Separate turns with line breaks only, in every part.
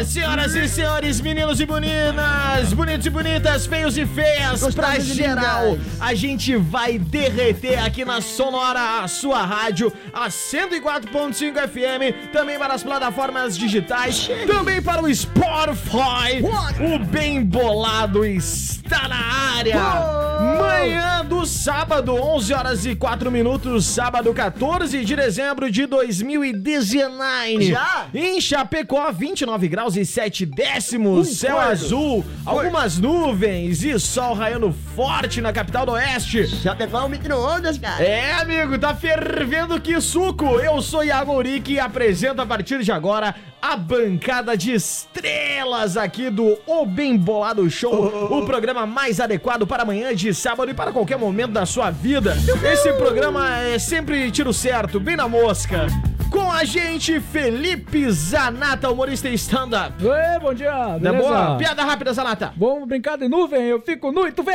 e senhores, meninos e meninas, bonitos e bonitas, feios e feias,
Gostosos
pra
e
geral,
lindas.
a gente vai derreter aqui na Sonora, a sua rádio, a 104.5 FM, também para as plataformas digitais, também para o Spotify.
What?
O bem bolado está na área.
Uou!
Manhã do sábado, 11 horas e 4 minutos, sábado 14 de dezembro de 2019.
Já?
Em Chapecó, 29 graus e 7 décimos,
Um
céu
quarto.
azul, algumas nuvens e sol raiando forte na capital do oeste.
Chapecó é um micro-ondas, cara.
É, amigo, tá fervendo que suco! Eu sou Iago Uric e apresento a partir de agora a bancada de estrelas aqui do O Bem Bolado Show, o programa mais adequado para amanhã de sábado e para qualquer momento da sua vida. Esse programa é sempre tiro certo, bem na mosca. Com a gente, Felipe Zanata, humorista e stand-up.
Oi, bom dia,
Tá
beleza?
boa? Piada rápida, Zanata.
Vamos brincar de nuvem, eu fico nu e tu vem!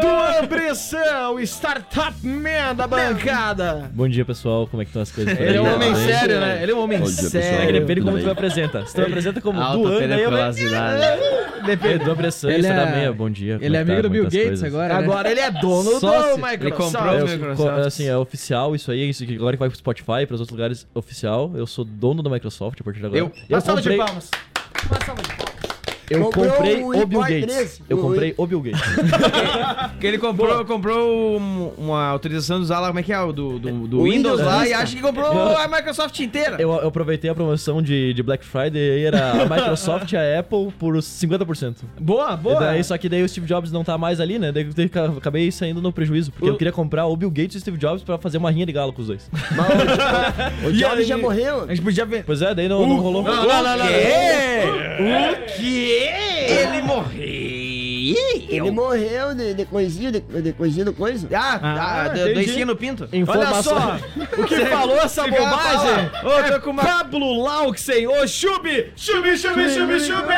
Do Andressan, o startup man da bancada.
Bom dia, pessoal. Como é que estão as coisas por
Ele é um
aí?
homem
Tudo bem?
sério, né? Ele é um homem
Bom dia, pessoal.
É que
sério.
depende
Tudo
como tu
bem.
apresenta. Se tu apresenta como
Alta
Duan, daí É. Ah, eu...
periculosidade.
Depende do pressão,
Ele
isso
é-
da meia. Bom dia.
Ele é amigo do Bill Gates agora, né?
Agora ele é dono
Sócio.
do Microsoft.
Ele comprou o
Eu, co- assim, é oficial isso aí, isso que agora que vai pro Spotify e pros outros lugares, oficial. Eu sou dono da Microsoft a partir de agora.
Eu-
Uma
eu
salva
comprei,
de palmas. Uma salva de palmas.
eu
Comprou
comprei
o
o Bill
iPhone
Gates.
13.
Eu
O-
comprei o Bill Gates.
Que ele comprou, comprou um- uma autorização de usar lá, como é que é? O Do, do, do
O
Windows,
Windows
lá,
Vista.
e acha que comprou
Não.
a Microsoft inteira.
Eu, eu aproveitei a promoção de, de Black Friday e aí era a Microsoft e a Apple por 50%.
Boa,
E
boa.
daí, só que daí o Steve Jobs não tá mais ali, né? Daí eu te- acabei saindo no prejuízo, porque eu queria comprar o Bill Gates e o Steve Jobs pra fazer uma rinha de galo com os dois.
O
E
Jobs
aí?
já morreu.
A gente podia ver.
Pois é, daí não, não rolou.
Não, não, não, não.
quê?
O quê?
Ele morreu.
Ele morreu de, de coisinha, de, de coisinha do coisa.
Ah, ah, do, do
entendi.
ensino no pinto.
Olha
Informação.
só, o que falou essa
Fica na
bobagem? É
bala. Ô, tô com uma-
Pablo Lauxen, ô Chubi! Chubi, Chubi, Chubi, Chubi!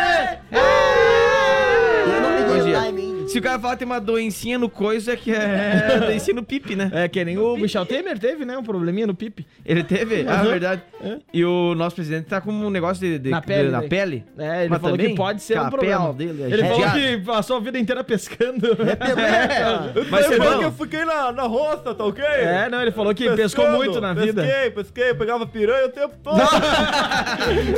Eu não me
Bom
dei
dia.
o time, hein?
É. Se o cara fala tem uma doencinha no coiso, é que é doencinha no pipe, né?
É que nem o Michel Temer teve, né? Um probleminha no pipe.
Ele teve? Ah,
Uhum.
verdade. E o nosso presidente tá com um negócio de, de-
Na
de-
pele,
na
né?
pele.
É, ele
Mas
falou
também
que pode ser um
a
problema.
pele dele é
Ele falou
judiada.
que passou a vida inteira pescando.
é. Mas você não.
fiquei na, na roça, tá ok?
É, não, ele falou que pescou muito na vida.
Pesquei, pesquei, pegava piranha o tempo todo.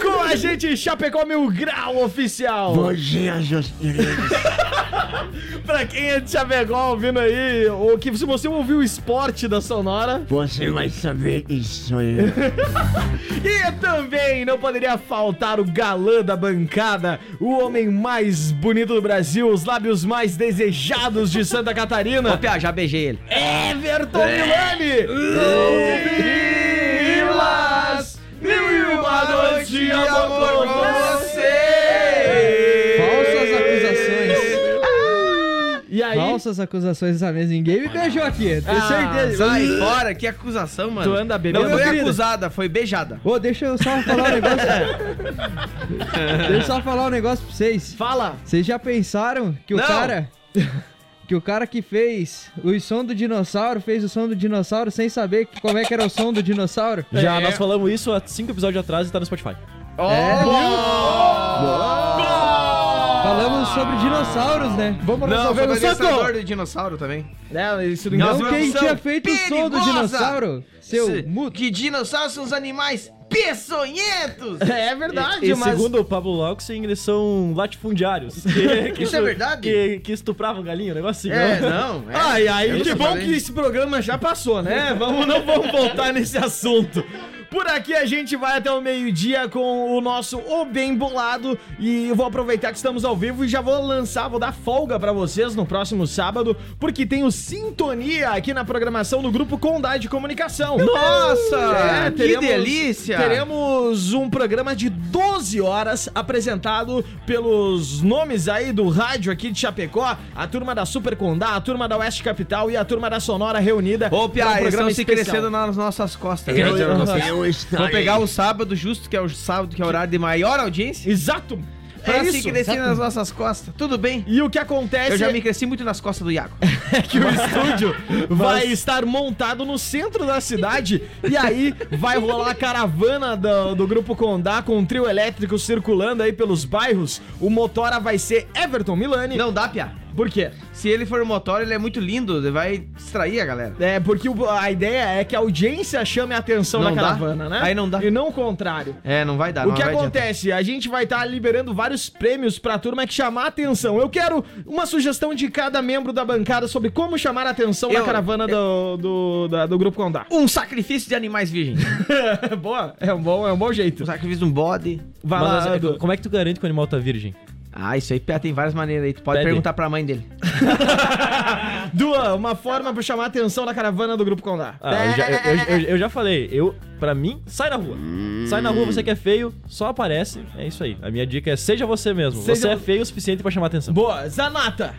Com a gente, Chapecó Mil Grau Oficial.
Bom
é
dia, seus queridos.
Pra quem é de Chapecó ouvindo aí, ou que se você ouviu o esporte da Sonora.
Você vai saber quem sou eu.
E também não poderia faltar o galã da bancada, o homem mais bonito do Brasil, os lábios mais desejados de Santa Catarina,
Piá, já beijei ele. É.
Everton Milani. Milas, mil e uma noite de amor com você.
Falsas acusações.
Ah! E aí,
Falsas acusações dessa mesa. Ninguém
Ah,
me beijou aqui, tenho certeza.
Sai Ah, fora, que acusação, mano.
Tu anda bebendo,
Não foi
querida?
acusada, foi beijada.
Ô, deixa eu só falar um negócio.
É.
deixa eu só falar um negócio pra vocês.
fala.
Vocês já pensaram que o
Não.
cara. Que o cara que fez o som do dinossauro fez o som do dinossauro sem saber que- como é que era o som do dinossauro?
Já nós falamos isso há cinco episódios atrás É. e tá no Spotify.
É, Falamos sobre dinossauros, né? Vamos
Não, foi
resolver o
o
soco!
do dinossauro também.
Né, isso não
Não,
Nossa,
quem
evolução
tinha feito o som do
é perigosa!
dinossauro? Seu
Se-
muto.
Que dinossauros são os animais peçonhentos.
É verdade,
E
mas...
segundo o Pablo Lauxen, eles são latifundiários. Que- que
Isso é
estu-
verdade?
Que, que estupravam galinha, um negócio assim.
É,
né?
não. É.
Ai, ai,
Eu
que
já
bom
falei.
que esse programa já passou, né? Vamos, não vamos voltar nesse assunto. Por aqui a gente vai até o meio-dia com o nosso O Bem Bolado. E eu vou aproveitar que estamos ao vivo e já vou lançar, vou dar folga pra vocês no próximo sábado, porque tem o Sintonia aqui na programação do Grupo Condá de Comunicação.
Nossa,
É,
que
teremos-
delícia.
Teremos um programa de 12 horas apresentado pelos nomes aí do rádio aqui de Chapecó, a turma da Super Condá, a turma da Oeste Capital e a turma da Sonora reunida.
Ô,
pra
Pia, eles estão se
um especial.
crescendo nas nossas costas.
Eu, um
né?
assim, eu
Vou
estarei.
pegar o sábado justo, que é o sábado que é o horário de maior audiência,
Exato.
pra
é
se
isso. É
crescer nas nossas costas. Tudo bem?
E o que acontece é
Eu já me cresci muito nas costas do Iago.
que o estúdio vai estar montado no centro da cidade e aí vai rolar a caravana do, do Grupo Condá com um trio elétrico circulando aí pelos bairros. O motora vai ser Everton Milani.
Não dá, Pia.
Por quê?
Se ele for motor, ele é muito lindo, ele vai distrair a galera.
É, porque o- a ideia é que a audiência chame a atenção
Não
da
dá?
caravana, né?
Aí não dá.
E não Ah, o contrário.
É, não vai dar.
o
não
que
vai adiantar.
acontece? A gente vai estar liberando vários prêmios pra turma que chamar a atenção. Eu quero uma sugestão de cada membro da bancada sobre como chamar a atenção da
Eu-
caravana do, do, da- do Grupo Condá.
Um sacrifício de animais virgens.
Boa, é um bom, é um bom jeito.
um sacrifício de um bode.
Vai
Mas,
lá,
é,
Edu.
como é que tu garante que o animal tá virgem?
Ah, isso aí Pia, tem várias maneiras aí. Tu pode
Pede.
perguntar pra mãe dele.
Duan, uma forma pra chamar a atenção da caravana do Grupo Condá.
Ah, eu, já, eu- eu- eu- eu já falei, eu, pra mim, sai na rua. Sai na rua, você que é feio, só aparece. É isso aí. A minha dica é seja você mesmo.
Seja
Você é
vo-
feio o suficiente pra chamar atenção.
Boa, Zanata.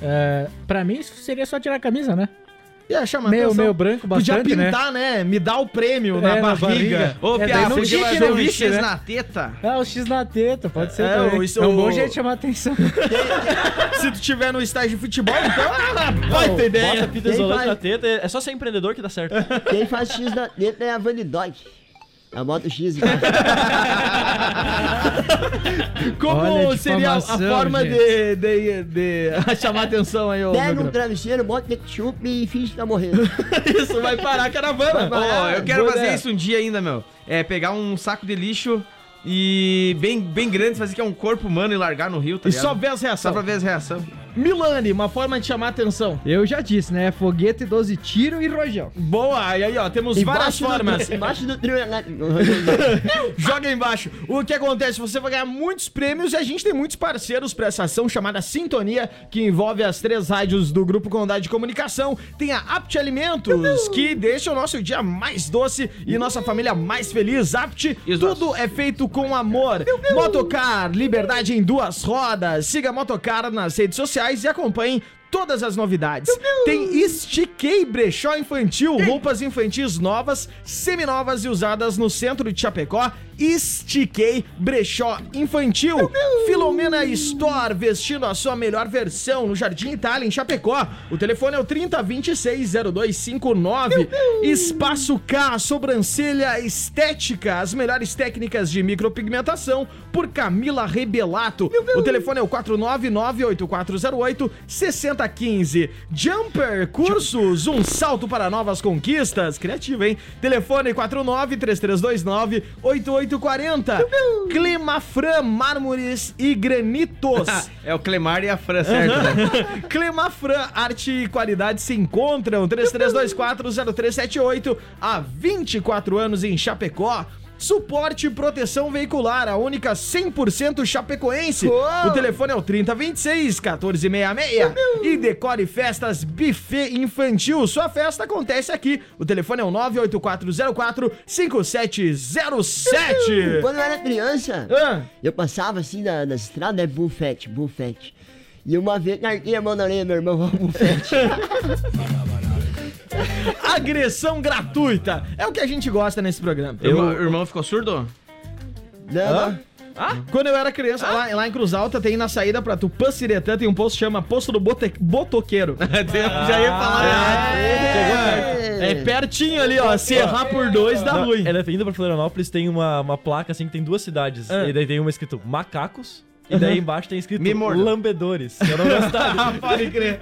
É, pra mim, isso seria só tirar a camisa, né?
Ia chamar
Meio,
atenção.
meio branco,
Podia
bastante, né?
pintar, né? Me dá o prêmio na
É, na
barriga.
barriga.
Ô,
É,
Pia,
daí não
você
tinha que
vai
não
ver o
vestir,
X
né?
na teta.
Ah, o X na teta, pode ser
É,
também.
o- isso-
é um
o-
bom jeito de chamar atenção.
Se tu tiver no estágio de futebol, então ah, vai ter
Bota
ideia.
fita
Quem
isolante
vai?
na teta, é é só ser empreendedor que dá certo.
tá
Quem faz X na letra é a Van Dog. A moto X. né?
Como
Olha a
seria a
difamação,
forma
gente.
de, de, de chamar a atenção aí, ô?
Pega um
meu
travesseiro, bota ketchup e finge que tá morrendo.
grupo? Isso, vai parar a caravana.
Ó,
Oh,
eu quero
Boa
fazer
ideia.
isso um dia ainda, meu. É pegar um saco de lixo e bem, bem grande, fazer que é um corpo humano e largar no rio, tá
E
ligado?
só ver as
Só
reações.
pra ver as reações.
Milani, uma forma de chamar a atenção.
Eu já disse, né? Foguete, 12 tiro e rojão.
Boa, e aí, ó, temos várias
Embaixo do-
formas.
Embaixo do trio né? elétrico.
Joga aí embaixo. O que acontece? Você vai ganhar muitos prêmios e a gente tem muitos parceiros para essa ação chamada Sintonia, que envolve as três rádios do Grupo Condá de Comunicação. Tem a Apt Alimentos, que deixa o nosso dia mais doce e nossa família mais feliz. Apt,
E os
tudo é feito com amor. Motocar, liberdade em duas rodas. Siga a Motocar nas redes sociais e acompanhe todas as novidades. Tem Estiquei Brechó Infantil, roupas infantis novas, seminovas e usadas no centro de Chapecó. Estiquei Brechó Infantil. Filomena Store, vestindo a sua melhor versão no Jardim Itália, em Chapecó. O telefone é o 30260259. Espaço K, sobrancelha estética, as melhores técnicas de micropigmentação por Camila Rebelato. O telefone é o 499-8408-6015. Jumper Cursos, um salto para novas conquistas. Criativo, hein? Telefone 49-3329-8840. Clemafran Mármores e Granitos.
É o Clemar e a Fran, certo? né?
Clemafran, arte e qualidade se encontram. 33240378 há 24 anos em Chapecó. Suporte e proteção veicular, a única 100% chapecoense. O telefone é o 3026 1466. E decore festas buffet infantil. Sua festa acontece aqui. O telefone é o 98404 5707.
Quando eu era criança,
Ah,
eu passava assim na, na estrada, é bufete, bufete. E uma vez larguei a mão na orelha, meu irmão, ó, bufete.
agressão gratuita. É o que a gente gosta nesse programa.
Eu... O irmão ficou surdo?
Não,
Ah? Quando eu era criança, lá, lá em Cruz Alta, tem na saída pra Tupanciretã, tem um posto que chama Posto do Bote- Botoqueiro.
já ia falar.
Ah, É pertinho ali, ó. Se errar por dois, dá
Não,
ruim.
Ela indo pra Florianópolis, tem uma, uma placa assim que tem duas cidades.
Ah.
E daí tem uma escrito macacos. E daí embaixo tem escrito
Me morda.
lambedores. Eu não gostava.
Pode crer.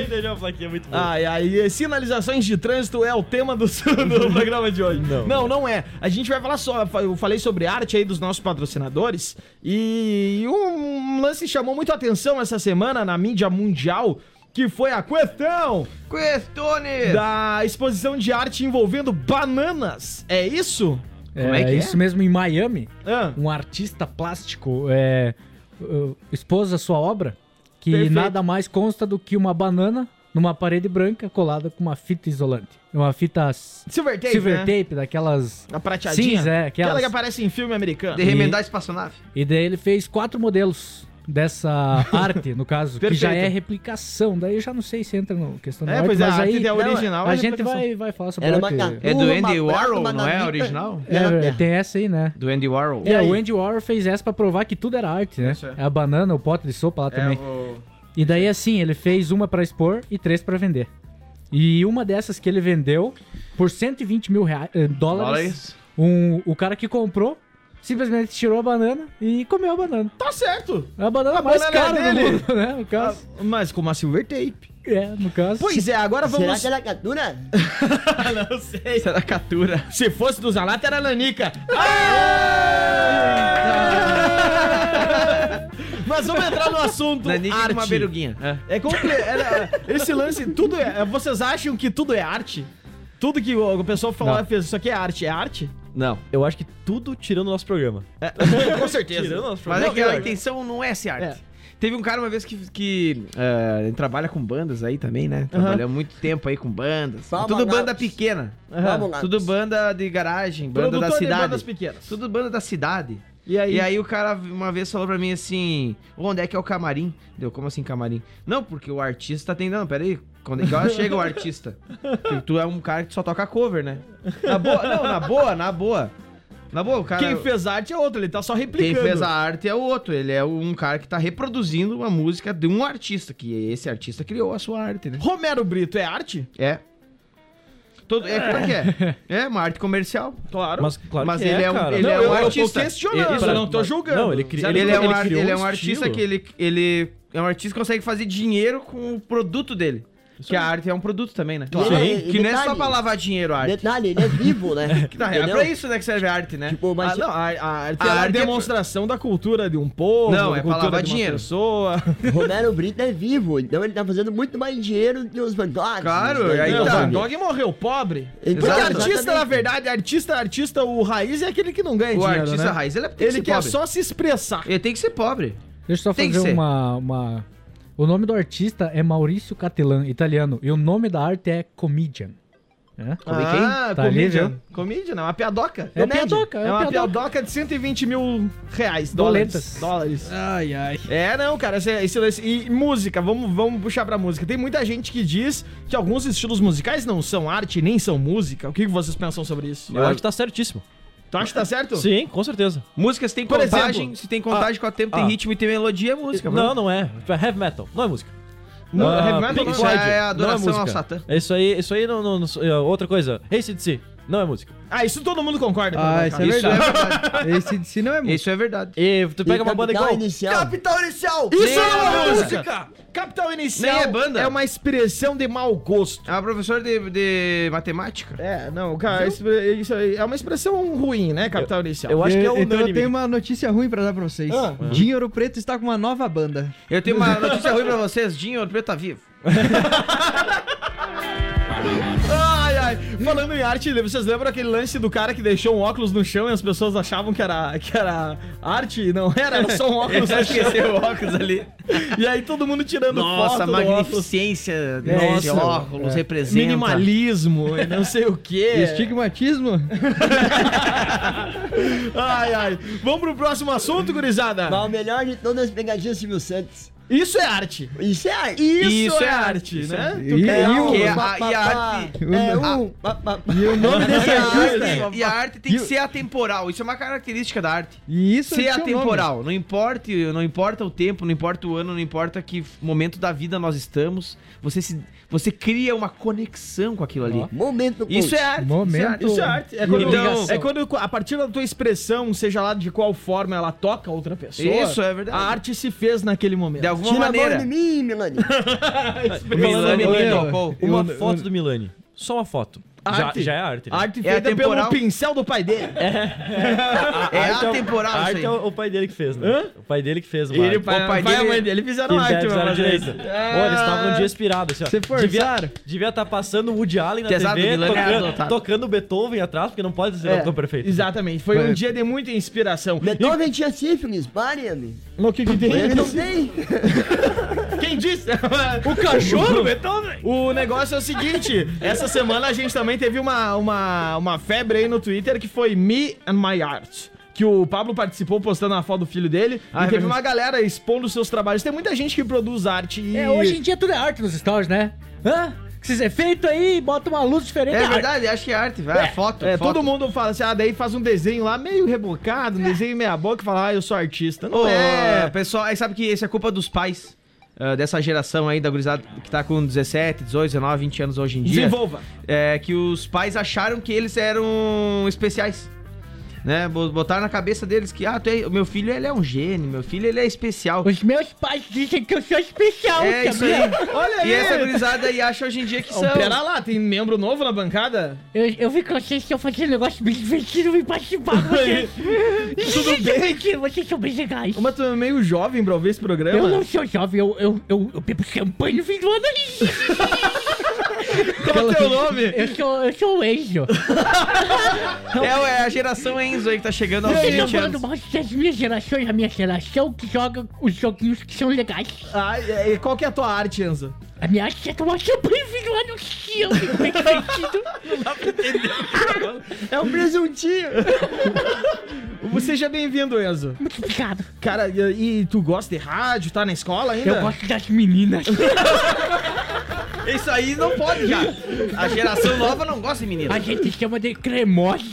e daí é uma plaquinha muito boa.
Ai, ai, e sinalizações de trânsito é o tema do, do programa de hoje. Não. não, é. A gente vai falar só. Eu falei sobre arte aí dos nossos patrocinadores. E um lance chamou muito a atenção essa semana na mídia mundial. Que foi a questão É.
Questone!
da exposição de arte envolvendo bananas. É isso?
Como é que é?
Isso mesmo, em Miami,
Ah,
um artista plástico é, uh, expôs a sua obra, que
Perfeito.
nada mais consta do que uma banana numa parede branca colada com uma fita isolante. Uma fita s-
silver tape,
silver
né?
tape, daquelas...
A prateadinha.
Cinza, é,
aquela
aquelas.
que aparece em filme americano.
De remendar espaçonave.
E daí ele fez quatro modelos dessa arte, no caso, que já é replicação. Daí eu já não sei se entra no questão da
É,
arte,
pois é,
mas
a arte
aí
é
não,
original,
a
mas é
gente
replicação.
vai, vai falar sobre
Era uma
arte.
catu-
É do
Uma
Andy
prata,
Warhol,
uma
não é
navita.
original?
É, tem essa aí, né?
Do Andy Warhol.
É, o Andy Warhol fez essa pra provar que tudo era arte, né?
Isso é.
A banana, o pote de sopa lá também.
o...
E daí, assim, ele fez uma pra expor e três pra vender. E uma dessas que ele vendeu por 120 mil reais, eh, dólares,
Dólares.
um, o cara que comprou simplesmente tirou a banana e comeu a banana.
Tá certo.
É a banana mais
banana
cara
é
do
dele.
mundo, né? No
Ah,
caso.
Mas com uma silver tape.
É, no caso.
Pois é, agora
Será
vamos.
que ela captura?
Não sei. Será é catura?
Se fosse do Zanata, era Nanica. Mas vamos entrar no assunto.
Ah! Nanica com é uma
arte.
beruguinha. É.
É comple... era- Esse lance, tudo é. Vocês acham que tudo é arte? Tudo que o o pessoal falou fez, isso aqui é arte, é arte?
Não, eu acho que tudo tirando o nosso programa.
Com certeza.
Tirando o nosso
Mas
programa.
é que a intenção não é essa arte. Teve um cara uma vez que, que ah, ele trabalha com bandas aí também, né? Trabalhou muito tempo aí com bandas.
Palma
tudo
Lápis.
banda pequena.
Vamos lá.
Tudo banda de garagem, banda É
Produtor
da
de
cidade.
bandas pequenas.
Tudo banda da cidade.
E aí?
E aí o cara uma vez falou pra mim assim, "Ô, onde é que é o camarim? Deu, como assim camarim? Não, porque o artista tá tem... Não, peraí, quando é que hora chega o artista? Porque tu é um cara que só toca cover, né? Na boa, não, na boa, na boa. Na boa, o cara...
Quem fez arte é outro, ele tá só
Quem
replicando.
fez a arte é o outro, ele é um cara que tá reproduzindo uma música de um artista, que esse artista criou a sua arte, né?
Romero Brito é arte?
É. Todo, é, como é que é? É uma arte comercial.
Claro.
Mas claro
Mas
que
ele é um-
cara.
ele é
Não, eu-
um
eu tô
artista.
Ele-
questionando.
pra-
não tô
mas-
julgando.
não, ele cri-
Ele, é, um, ar-
criou
ele é
um
um artista
estilo.
que ele, ele é um artista que consegue fazer dinheiro com o produto dele. que a arte é um produto também, né?
Claro. Sim.
Que não é só
Detalhe.
pra lavar dinheiro a arte.
Detalhe, ele é vivo, né?
Na real, é pra isso né, que serve a arte, né?
Tipo, mas
Ah, não, a, a arte
A
é a
arte é-
demonstração da cultura de um povo,
Não,
da
é pra
cultura
lavar
de uma
dinheiro.
pessoa.
Romero Brito é vivo, então ele tá fazendo muito mais dinheiro que os Van Gogh.
Claro,
né?
aí
Não,
tá.
Van Gogh morreu pobre.
Exato.
Porque
Exato.
artista, na
Exatamente.
verdade, artista, artista, o raiz é aquele que não ganha
O
dinheiro,
artista
né?
raiz, ele, é- tem
Ele
que
quer
ser pobre.
só se expressar.
Ele tem que ser pobre.
Deixa eu só
Tem que
fazer
ser.
uma, uma. O nome do artista é Maurício Catelan, italiano, e o nome da arte é Comedian. É?
Ah,
Tá ali,
comedian.
viu?
Comedian, é uma piadoca.
É piadoca,
É uma piadoca de 120 mil reais, dólares.
Boletas.
Dólares.
Ai, ai.
É, não, cara, esse, esse lance- E música, vamos, vamos puxar pra música. Tem muita gente que diz que alguns estilos musicais não são arte nem são música. O que que vocês pensam sobre isso? Ah,
Eu acho que tá certíssimo.
Tu acha que tá certo?
Sim, com certeza.
Músicas tem
Por
contagem,
exemplo,
se tem contagem com o tempo,
ah.
tem ritmo e tem melodia, é música.
Não, não é. Heavy metal. Não é música.
Não,
Ah,
heavy metal
Pink
não é.
Floyd,
É a
não
adoração
música.
ao Satã.
É Isso aí, isso aí não, não, não- é outra coisa. AC/DC não é música.
Ah, isso todo mundo concorda.
Ah,
cara.
isso é
Isso é
verdade.
verdade.
Esse de si não é muito.
Isso é verdade.
E tu
E
pega uma banda
Capital
igual.
Inicial.
Capital Inicial!
Isso não é uma música. Capital Inicial
Nem é banda.
uma expressão de mau gosto.
É uma professora de, de matemática.
É, não, cara, isso, isso aí é uma expressão ruim, né, Capital Inicial?
Eu acho que é o
Então eu
unânime.
tenho uma notícia ruim pra dar pra vocês.
Ah.
Dinho Ouro Preto está com uma nova banda.
Eu tenho uma notícia ruim pra vocês: Dinho Ouro Preto tá vivo.
Ai, ai. Falando em arte, vocês lembram aquele lance do cara que deixou um óculos no chão e as pessoas achavam que era, que era arte e não era, era só um óculos no chão.
Esqueceu o óculos ali.
E aí todo mundo tirando
Nossa, a
foto do óculos.
magnificência
É,
desse
isso.
óculos representa.
Minimalismo e não sei o quê.
Estigmatismo?
Ai, ai. Vamos pro próximo assunto, gurizada?
Mas o melhor de é todas as pegadinhas Silvio Santos.
Isso é arte.
Isso é arte.
Isso,
Isso
é
é
arte, né?
E,
É
e
um,
o,
que é
pá,
a-
pá,
e a
pá.
arte-
É
a-
um. pá, pá, pá.
e o nome desse artista.
E a arte tem que ser atemporal. Isso é uma característica da arte.
E isso
Ser
tinha um nome.
atemporal. Não importa, não importa o tempo, não importa o ano, não importa que momento da vida nós estamos. Você, se, você cria uma conexão com aquilo ali.
um Momento.
Isso é
coach.
arte.
Momento.
Isso é arte. É quando,
Então-
é quando, a partir da tua expressão, seja lá de qual forma ela toca outra pessoa,
Isso é verdade.
a arte se fez naquele momento.
De alguma
Tira a
maneira.
mão de mim, Milani.
O Milani
Falando
me
em-
tocou.
Uma
Eu- eu-
foto do Milani. Só uma foto. Já,
Arte.
já é arte. né?
A arte
É
feita pelo
atemporal.
pincel do pai dele.
É um-
Arte
atemporal
a
isso aí.
arte é o o pai dele que fez, né? O pai dele que fez, mano.
Ele, o
pai-
pai,
o pai
e a
dele-
mãe dele fizeram Ah,
Eles
arte,
devem usar
mano.
a direita.
é.
Pô, eles estavam um dia inspirados, assim, ó.
Se forçaram.
Devia estar passando o Woody Allen na
Pesado,
TV,
Milani,
tocando,
adotado.
tocando Beethoven atrás, porque não pode ser
É,
é. perfeito.
Exatamente, foi um
É.
dia de muita inspiração.
Beethoven tinha sífilis, pare, amigo.
E- No que, que tem?
Ele não tem.
Quem disse? o cachorro, Beethoven? O negócio é o seguinte: essa semana a gente também teve uma, uma, uma febre aí no Twitter que foi Me and My Art. Que o Pablo participou postando a foto do filho dele. e teve uma galera expondo seus trabalhos. Tem muita gente que produz arte e.
É, hoje em dia tudo é arte nos stories, né? Hã? Esses efeitos aí, bota uma luz diferente.
É
arte.
verdade, acho que é arte, vai. É, foto,
É,
foto.
todo mundo fala assim, ah, daí faz um desenho lá meio É. rebocado, um desenho meia boca e fala, ah, eu sou artista. Não
Ô,
é.
pessoal, aí sabe que isso é culpa dos pais. ah, dessa geração aí da gurizada que tá com 17, 18, 19, 20 anos hoje em dia.
Desenvolva.
é, que os pais acharam que eles eram especiais. Né? Bo- Botaram na cabeça deles que, ah, tu é- o meu filho ele é um gênio, meu filho ele é especial.
Os meus pais dizem que eu sou especial,
É isso
sabia?
aí. Olha aí. É um E essa gurizada aí acha hoje em dia que são.
Pera lá, tem membro novo na bancada?
Eu, eu vi com vocês que eu fazia um negócio bem divertido, me participar com vocês. Tudo bem? Vocês são bem legais.
Mas tu é meio jovem pra ouvir esse
é
Eu
programa.
não sou jovem, eu, eu, eu, eu bebo champanhe no fim do ano.
Qual é o teu nome?
Eu sou, eu sou o Enzo.
É, é a geração Enzo aí que tá chegando aos
Vocês
20
estão
anos.
falando mal das minhas gerações, a minha geração que joga os joguinhos que são legais.
Ah, e- e qual que é a tua arte, Enzo?
A minha arte é tomar champanhe no fim do ano, que eu fico bem divertido.
É um presuntinho. Seja é bem-vindo, Enzo.
Muito obrigado.
Cara, e, e tu gosta de rádio? Tá na escola ainda?
É.
Eu gosto das meninas.
Isso aí não pode já. A geração nova não gosta de menino.
A gente chama de cremosa.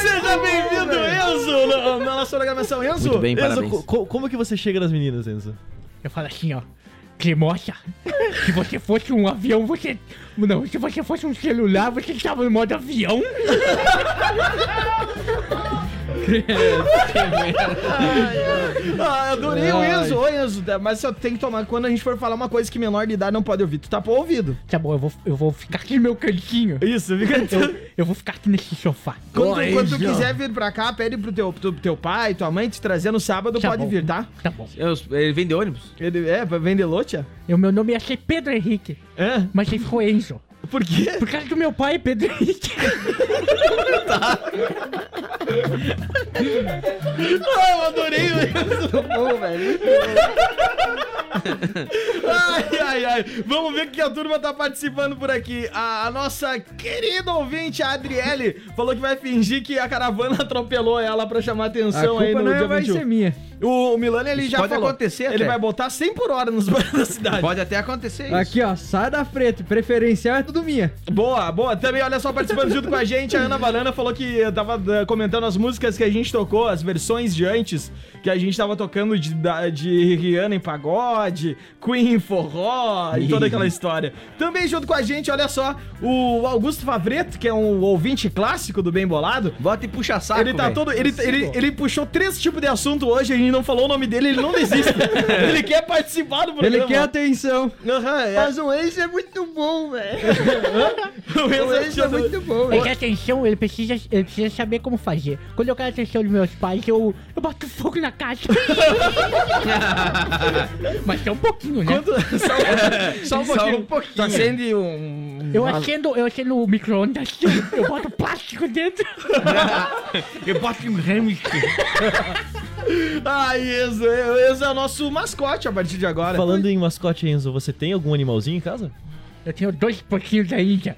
Seja bem-vindo, Enzo, na, na nossa programação. Enzo,
Muito bem,
Enzo,
parabéns.
co- co- como que você chega nas meninas, Enzo?
Eu falo assim, ó. Cremosa, se você fosse um avião, você. Não, se você fosse um celular, você estava no modo avião.
Ah, adorei o Enzo. Ô, Enzo, mas só tem que tomar quando a gente for falar uma coisa que menor de idade não pode ouvir. Tu tá pro ouvido.
Tá bom, eu vou, eu vou ficar aqui no meu cantinho.
Isso, fica atento.
Eu vou ficar aqui nesse sofá.
Quando, quando tu quiser vir pra cá, pede pro teu, pro teu pai, tua mãe te trazer no sábado,
Tá
pode
bom.
vir, tá?
Tá bom.
Eu- ele vende ônibus?
Ele, é, pra vender lotia?
O meu nome ia ser Pedro Henrique,
É?
mas ele ficou Enzo.
Por quê?
Por causa do meu pai, Pedro Henrique.
Ah, eu adorei o Enzo.
Bom, velho.
Ai, ai, ai. Vamos ver o que a turma tá participando por aqui. A, a nossa querida ouvinte, a Adriele, falou que vai fingir que a caravana atropelou ela pra chamar
A
atenção
culpa
aí no
não
dia
é, vai
21.
ser minha.
O, o Milano, ele
Isso
já
pode
falou.
acontecer
Ele
até.
vai botar 100 por hora nos bares da cidade.
Pode até acontecer isso.
Aqui, ó, sai da frente. Preferencial é tudo minha.
Boa, boa. Também, olha só, participando junto com a gente, a Ana Banana falou que tava eh, comentando as músicas que a gente tocou, as versões de antes, que a gente tava tocando de, da- de Rihanna em pagode, Queen em forró e toda aquela história. Também junto com a gente, olha só, o Augusto Favreto, que é um ouvinte clássico do Bem Bolado,
Bota e puxa saco.
ele tá
velho.
todo. Ele, ele, ele puxou três tipos de assunto hoje, a gente não falou o nome dele, ele não desiste. ele quer participar do programa.
Ele quer atenção.
Aham, é.
Mas o Enzo é muito bom, velho.
O
O
Enzo
Enzo é muito bom,
Ele
velho.
quer atenção, ele precisa, ele precisa saber como fazer. Quando eu quero atenção dos meus pais, eu, eu boto fogo na casa. Mas é um pouquinho, né?
Só um pouquinho. Tu acende um.
Eu acendo, eu acendo o micro-ondas, eu boto plástico dentro.
Eu boto um ramo
Ah, Enzo, Enzo é o nosso mascote a partir de agora.
Falando em mascote, Enzo, você tem algum animalzinho em casa?
Eu tenho dois porquinhos ainda.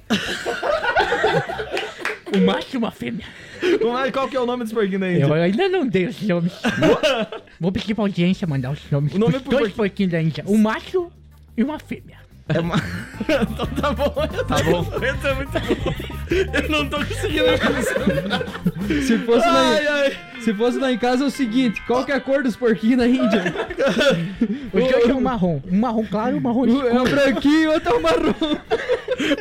O macho e uma fêmea.
Vamos lá, qual que é o nome desse porquinho aí?
Eu ainda não dei os nomes. Vou- Vou pedir pra audiência mandar os nomes.
O nome
dos
é por
dois
porqui-
porquinhos da Índia. Um macho e uma fêmea.
Então tá bom, tá bom. Enzo é muito bom. Eu não tô conseguindo me concentrar.
Se fosse,
Ai,
lá,
ai.
em- se fosse lá em casa, é o seguinte: qual que é a cor dos porquinhos da Índia?
Os dois são marrom. Um marrom claro e um marrom
Um é
escuro.
o branquinho, outro é o marrom.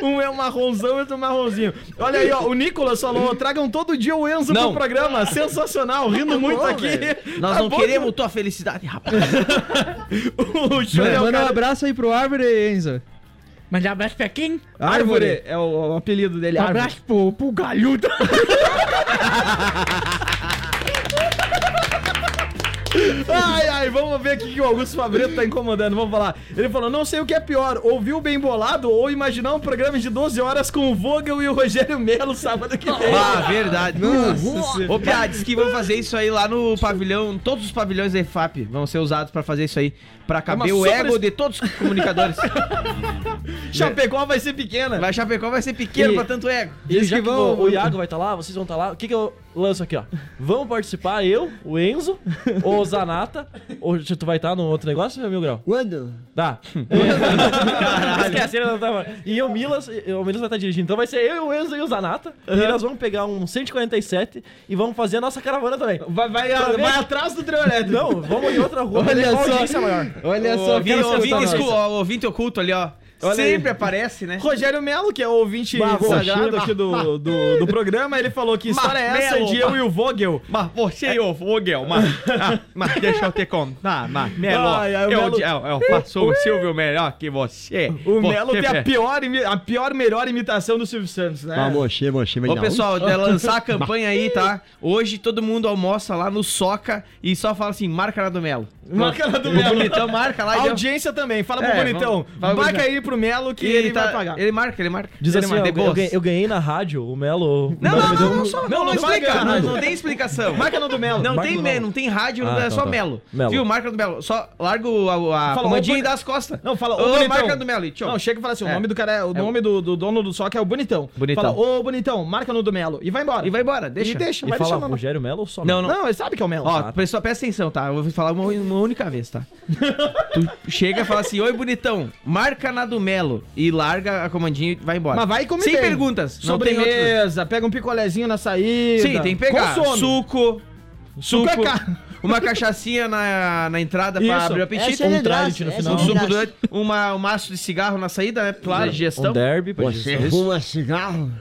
Um é um marronzão, outro é um marronzinho. Olha aí, ó, o Nicolas falou: tragam todo dia o Enzo
Não.
pro programa. Sensacional, rindo muito aqui.
Nós
Tá
não
bom.
queremos tua felicidade, rapaz.
O Júlio é o
Manda um
cara-
abraço aí pro Árvore, Enzo.
Mandar um abraço pra quem?
Árvore é o, o apelido dele.
Um
Árvore.
abraço pro, pro galhudo.
Ai, ai, vamos ver o que que o Augusto Fabreto tá incomodando. Vamos falar. Ele falou: não sei o que é pior, ouvir o bem bolado ou imaginar um programa de 12 horas com o Vogel e o Rogério Melo sábado que vem.
ah, verdade.
Senhora.
Ô, Piá, diz que vão fazer isso aí lá no pavilhão. Todos os pavilhões da EFAP vão ser usados pra fazer isso aí. Pra caber
uma
o
sobre-
ego de todos os comunicadores.
Chapecó vai ser pequena.
Vai, Chapecó vai ser pequeno pra tanto ego.
Diz
que
que
vão-
o Iago vai estar lá, tá vocês vão estar lá. O que que eu... lanço aqui, ó. Vamos participar, eu, o Enzo, o Zanata. Hoje tu vai estar no outro negócio, meu grau?
Quando?
Tá. Esquece, ele não tá mais. E o Milas, e o Milas vai estar dirigindo. Então vai ser eu, o Enzo e o Zanata. E nós vamos pegar um 147 e vamos fazer a nossa caravana também.
Vai, vai,
Pra ver-
vai atrás do trio elétrico.
Não, vamos em outra rua.
Olha
pra ver qual
só.
audiência é maior.
Olha só,
ouvinte-
quero
ouvinte
escutar
escu-
nós. ó, ouvinte oculto ali, ó. Sempre aparece, né?
Rogério Melo, que é o ouvinte
Bah, vou
sagrado
chegar.
aqui do, do, do programa, ele falou que história é essa
Melo,
de eu e o Vogel.
Mas você, ô Vogel, mas, ah, mas deixa eu te contar, mas Melo,
Ai, ai, o
eu, é,
Melo-
eu- eu faço o Silvio melhor que você.
O
Você
Melo tem
é-
a pior, imi- a pior, melhor imitação do Silvio Santos, né?
mochê, mochê,
Ô pessoal, de lançar a campanha aí, tá? Hoje todo mundo almoça lá no Soca e só fala assim, marca lá do Melo.
então.
Marca lá é do
O
Melo.
bonitão marca lá
A
e deu-
audiência também, fala
É,
pro Bonitão.
vamos- vamos
Marca
já.
aí pro Melo que
E
ele,
ele, tá,
vai pagar.
ele marca, ele marca.
Diz
ele
assim, ó,
marca,
eu,
de boas.
ganhei, eu ganhei na rádio, o Melo. o
Não,
Melo
não,
me deu
não,
um-
não, só, não, não
marca,
explica,
não,
não, não tem explicação.
Marca no do Melo.
Não
Marca
tem,
no
me-
Melo.
não tem rádio, não
Ah,
é
então
só
tá.
Melo.
Melo.
Viu? Marca do Melo. Só larga o- a, a
Fala,
comandinha
ô,
e dá as costas.
Não, fala, ô,
Ô,
bonitão.
marca do Melo, e tchau.
Não, chega e fala assim, o
É.
nome do cara, é- o
É.
nome do, do dono do soca é o Bonitão.
Bonitão.
Fala, ô, Bonitão, marca no do Melo. E vai embora.
E vai embora,
E
deixa.
deixa,
E
vai
fala
deixar no-
Rogério Melo ou só
Não,
Melo? Um
não.
Não, ele sabe que é o Melo.
Ó,
tá.
pessoal, presta atenção, tá? Eu vou falar uma, uma única vez, tá? tu chega e fala assim, oi, bonitão, marca na do Melo. E larga a comandinha e vai embora.
Mas vai comer.
Sem perguntas. Não tem outro...
Sobremesa, pega um picolézinho na saída.
Sim, tem que pegar.
Consome.
Suco. Suco.
Suco é caro.
Uma cachaçinha na, na entrada pra
Isso.
abrir o apetite.
Essa é de
um trago,
graça,
no
essa
final.
é
um
de
suco
graça.
durante. Uma, um maço de cigarro na saída, né? Claro, digestão.
Um derby, pra
Você
dizer.
fuma cigarro?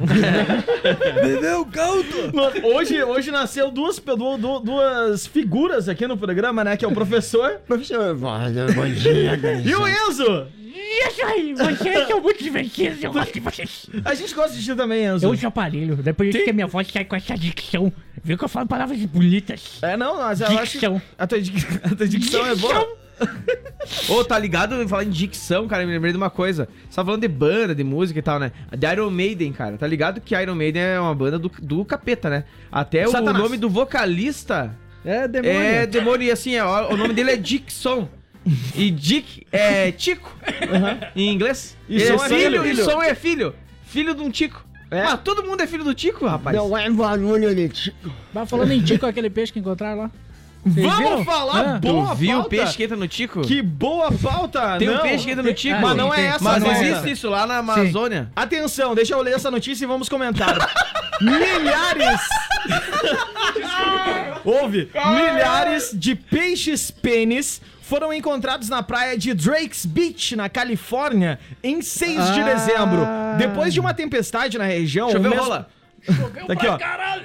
Hoje, hoje nasceu duas, du- du- duas figuras aqui no programa, né? Que é o professor
Professor, bom um bom dia,
É,
e o
gurizada.
Enzo.
Isso aí, vocês são muito divertidos, eu gosto de vocês.
A gente gosta de ti também, Enzo.
Eu uso aparelho, é por isso que a minha voz sai com essa dicção. Viu que eu falo palavras bonitas.
É, não, mas eu acho que
Dicção.
a tua, dic- a tua dicção é
um
boa.
Ô, tá ligado? Falar em dicção, cara, me lembrei de uma coisa. Você tá falando de banda, de música e tal, né? De Iron Maiden, cara. Tá ligado que Iron Maiden é uma banda do, do capeta, né? Até o
Satanás.
nome do vocalista
É demônio.
é demônio. E assim, é, o nome dele é Dixon. E Dick é Tico em inglês.
E
Ele é
som é
filho,
filho.
e som é filho. Filho de um Tico. Mas todo mundo é filho do Tico, rapaz.
Não é barulho de tico.
Mas falando em Tico, aquele peixe que encontraram lá.
Vamos
viram?
falar
Ah,
boa
tu viu
pauta.
o peixe que entra no Tico?
Que boa pauta.
Tem
não.
um peixe que entra no Tico.
Mas não é
tem.
essa,
Mas
não é
existe
essa.
isso lá na Amazônia.
Atenção, deixa eu ler essa notícia e vamos comentar. milhares. Houve milhares de peixes pênis foram encontrados na praia de Drake's Beach, na Califórnia, em 6
Ah.
de dezembro. Depois de uma tempestade na região. o
Choveu
mesmo-
rola.
Tá aqui, ó.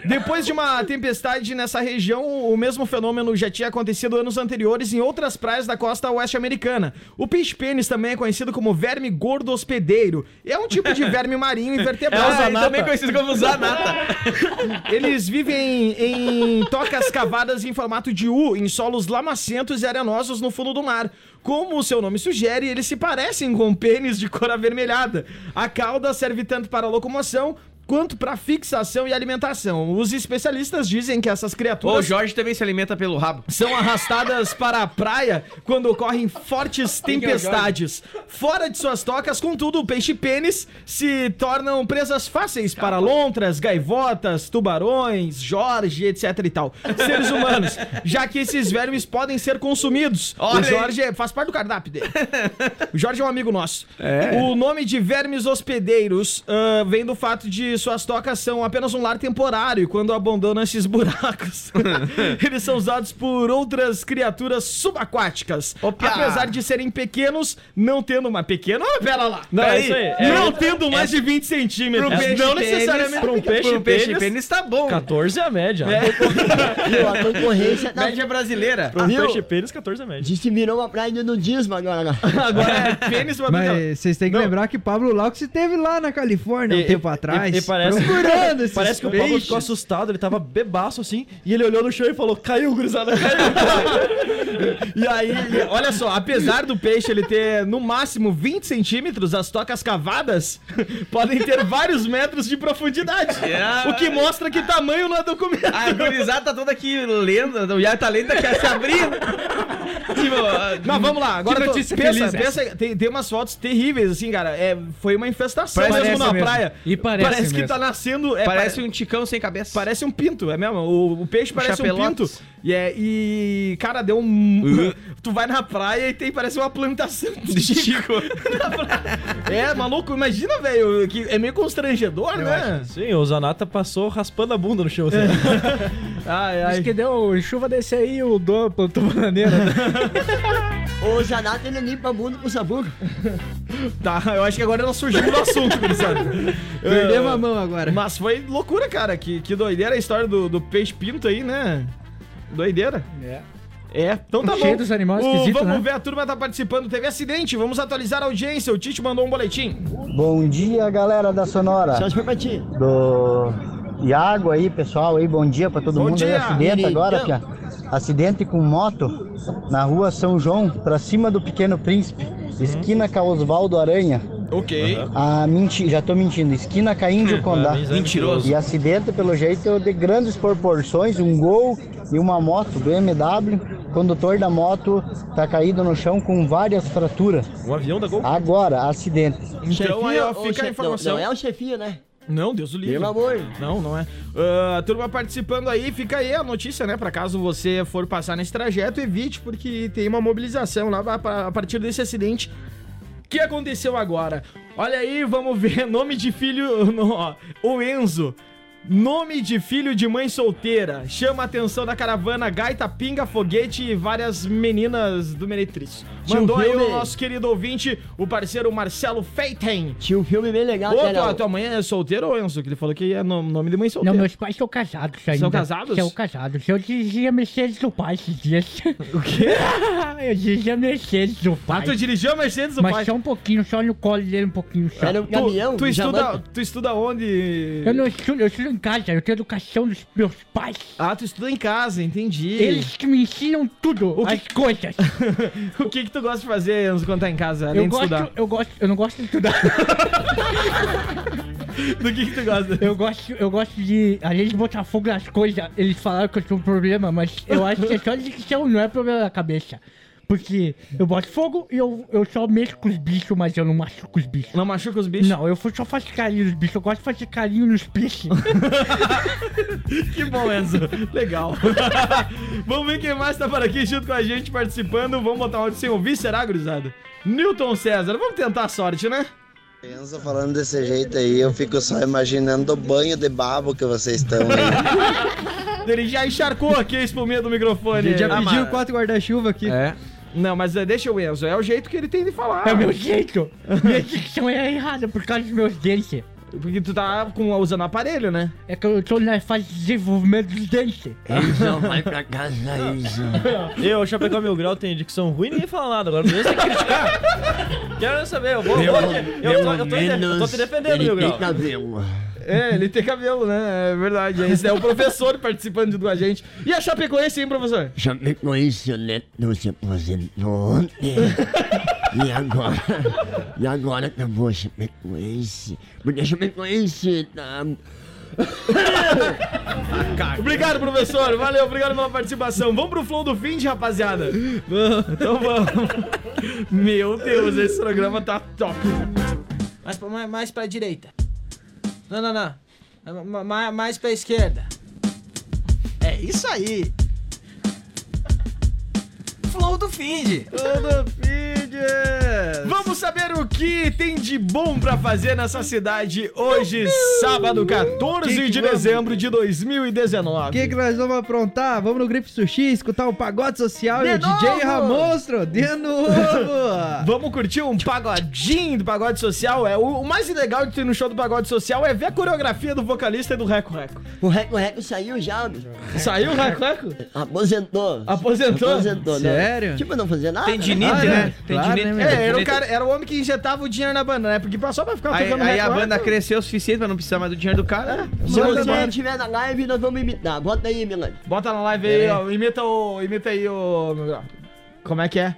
Depois de uma tempestade nessa região, o mesmo fenômeno já tinha acontecido anos anteriores em outras praias da costa oeste americana. O peixe-pênis também é conhecido como verme gordo hospedeiro. É um tipo de verme marinho
Ah, ele
invertebrado.
também é conhecido como Zanata.
Eles vivem em tocas cavadas em formato de U, em solos lamacentos e arenosos no fundo do mar. Como o seu nome sugere, eles se parecem com pênis de cor avermelhada. A cauda serve tanto para locomoção quanto para fixação e alimentação. Os especialistas dizem que essas
O
criaturas
Jorge também se alimenta pelo rabo.
são arrastadas para a praia quando ocorrem fortes tempestades. Fora de suas tocas, contudo, o peixe-pênis se tornam presas fáceis para lontras, gaivotas, tubarões, Jorge, etc e tal. Seres humanos, já que esses vermes podem ser consumidos.
Olha
o
aí.
Jorge é- faz parte do cardápio dele. O Jorge é um amigo nosso.
É.
O nome de vermes hospedeiros ah, vem do fato de suas tocas são apenas um lar temporário quando abandonam esses buracos. Eles são usados por outras criaturas subaquáticas.
Opa!
Apesar de serem pequenos, não tendo uma pequena. Oh, pera lá!
Não,
Peraí.
é isso aí. É
não
isso.
tendo mais de 20
um
centímetros.
Pro peixe
não
pênis,
necessariamente.
Pra um peixe,
Pro peixe
pênis,
pênis tá bom.
14 é a média.
Viu? A concorrência tá...
Média é brasileira.
Pra um
Viu?
peixe pênis, 14 é a média.
Diz que virou uma praia de nudismo agora, né?
Agora é pênis pra
Mas vocês têm que
Não.
lembrar que Pablo Laux esteve lá na Califórnia
É,
E-
um tempo
e-
atrás.
e- e parece-
procurando esses
Parece que o Pablo
peixes.
ficou assustado, ele tava bebaço assim, e ele olhou no chão e falou: caiu, gurizada, caiu.
E aí, e olha só, apesar do peixe ele ter no máximo 20 centímetros, as tocas cavadas podem ter vários metros de profundidade.
É.
O que mostra que tamanho não é documento.
A gurizada tá toda aqui lendo. O Yara tá lendo, tá quer se abrir. Tipo,
Não, vamos lá. Agora
Que
eu tô-
notícia
pensa,
feliz é
pensa, tem, tem umas fotos terríveis, assim, cara. É, foi uma infestação
Parece
mesmo na
mesmo.
praia.
E parece
que
mesmo.
tá nascendo. é,
parece um ticão sem cabeça.
Parece um pinto, é mesmo? O, o peixe parece um pinto.
Chapelotes.
E, é, e, cara, deu um. tu vai na praia e tem, parece uma plantação de Chico. Na praia. é, maluco, imagina, velho. que É meio constrangedor, né?
Sim, o Zanata passou raspando a bunda no chão. assim.
É.
Ai,
Diz que deu chuva desse aí, o dono plantou bananeira.
O Zanata ele limpa a bunda com sabugo.
Tá, eu acho que agora ela surgiu do assunto, gurizada.
Perdemos
Eh,
a mão agora.
Mas foi loucura, cara. Que, que doideira a história do, do peixe pinto aí, né? Doideira.
É.
É, então tá
Cheio
bom.
dos animais esquisitos,
vamos
né?
ver, a turma tá participando. Teve acidente, vamos atualizar a audiência. O Tite mandou um boletim.
Bom dia, galera da Sonora.
Só se for pra ti.
Do Iago aí, pessoal aí, bom dia pra todo
Bom
mundo. aí.
dia,
acidente
queridão.
agora, Pia. Acidente com moto na rua São João, pra cima do Pequeno Príncipe, esquina com Osvaldo Aranha.
Ok.
Ah, menti, já tô mentindo, esquina com a Índio Condá.
Mentiroso.
E acidente, pelo jeito, de grandes proporções, um gol e uma moto BMW. O condutor da moto tá caído no chão com várias fraturas.
Um avião da Gol.
Agora, acidente.
Um
Então aí ó,
ô,
fica a
chefe-
informação.
Não, não é o chefinho, né?
Não, Deus o livre.
Pelo amor.
Não, não é. Ah, a turma participando aí, fica aí a notícia, né? Pra caso você for passar nesse trajeto, evite, porque tem uma mobilização lá pra- pra- a partir desse acidente que aconteceu agora. Olha aí, vamos ver. Nome de filho. no- ó, o Enzo. Nome de filho de mãe solteira. Chama a atenção da caravana Gaita Pinga Foguete e várias meninas do Meretriz.
Tio
Mandou aí o
Hilmer.
nosso querido ouvinte, o parceiro Marcelo Feiten.
Tinha um filme bem legal,
Ô,
né,
tua,
não?
tua mãe é solteira ou Enzo? Que ele falou que é no- nome de mãe
Não,
solteira.
meus pais são casados ainda.
casados?
São casados. Eu dizia Mercedes do pai esses dias. O quê? Eu dizia Mercedes do
Ah,
pai.
tu dirigiu a Mercedes, o
mas
pai?
só um pouquinho, só no colo dele um pouquinho só.
Era um caminhão.
tu, tu,
de
estuda,
Jamaica.
tu estuda onde?
Eu não estudo, eu estudo em casa, eu tenho educação dos meus pais.
Ah, tu estuda em casa, entendi.
Eles que me ensinam tudo,
O que-
as coisas.
O que que tu gosta de fazer, Enzo, quando tá em casa, além
Eu
de
gosto,
estudar?
eu gosto, eu não gosto de estudar.
Do que que tu gosta?
Eu gosto, eu gosto de, além de botar fogo nas coisas, eles falaram que eu tenho um problema, mas eu acho que é só dicção, não é problema da cabeça. Porque eu boto fogo e eu, eu só mexo com os bichos, mas eu não machuco os bichos.
Não machuca os bichos?
Não, eu só faço carinho nos bichos, eu gosto de fazer carinho nos peixes.
Que bom, Enzo. Legal. Vamos ver quem mais tá por aqui junto com a gente participando. Vamos botar um áudio sem ouvir, será, gurizada? Newton César, vamos tentar a sorte, né?
Pensa falando desse jeito aí, eu fico só imaginando o banho de babo que vocês estão aí.
Ele já encharcou aqui a espuminha do microfone.
Ele já
Ah,
pediu
mas-
quatro guarda-chuva aqui.
É.
Não, mas eh, deixa o Enzo. É o jeito que ele tem de falar.
É o meu jeito. Minha dicção é errada por causa dos meus dentes.
Porque tu tá com, usando aparelho, né?
É que eu tô na fase de desenvolvimento dos dentes.
Enzo, vai pra casa, Enzo.
Eu, o Chapecó Mil Grau, tem dicção ruim e ninguém fala nada. Agora, não precisa criticar. Quero saber, eu vou. Eu, vou- eu, tô- eu tô, eu tô te defendendo, Mil Grau.
cabelo.
É, ele tem cabelo, né? É verdade. Esse é o professor participando junto com a gente. E a Chapecoense, hein, professor?
Já me conheci, o Neto né, se aposentou ontem. E agora? E agora que eu vou já me conheci. Porque já me conheci, tá?
Obrigado, professor. Valeu, obrigado pela participação. Vamos pro flow do fim, de rapaziada. Então vamos. Meu Deus, esse programa tá top.
Mais pra, mais, mais pra direita. Não, não, não. Ma- ma- mais pra esquerda. É isso aí. Flow do Find.
Vamos saber o que tem de bom pra fazer nessa cidade hoje, sábado, 14
Que que
de
vamos?
dezembro de 2019.
O que, que nós vamos aprontar? Vamos no Gripe Sushi escutar o Pagode Social e o DJ Ramonstro de novo!
Vamos curtir um pagodinho do pagode social. É, o, o mais legal de ter no show do pagode social é ver a coreografia do vocalista e do Reco Reco.
O Reco Reco saiu já, bicho.
Saiu o Reco Reco?
Aposentou.
Aposentou?
Aposentou, né?
Sério?
Tipo, não fazia nada.
Tem dinite,
Ah,
né?
né?
Tem
Claro,
dinite.
né, meu?
É, era o, cara, era o homem que injetava o dinheiro na banda, né? Porque passou pra ficar
Aí,
tocando
aí a
Reco
banda
Reco.
cresceu o suficiente pra não precisar mais do dinheiro do
né?
cara.
Se
Manda,
você
mano.
estiver na live, nós vamos imitar. Bota aí, Milan.
Bota na live aí, ó. Imita o. Imita aí o. Como é que é?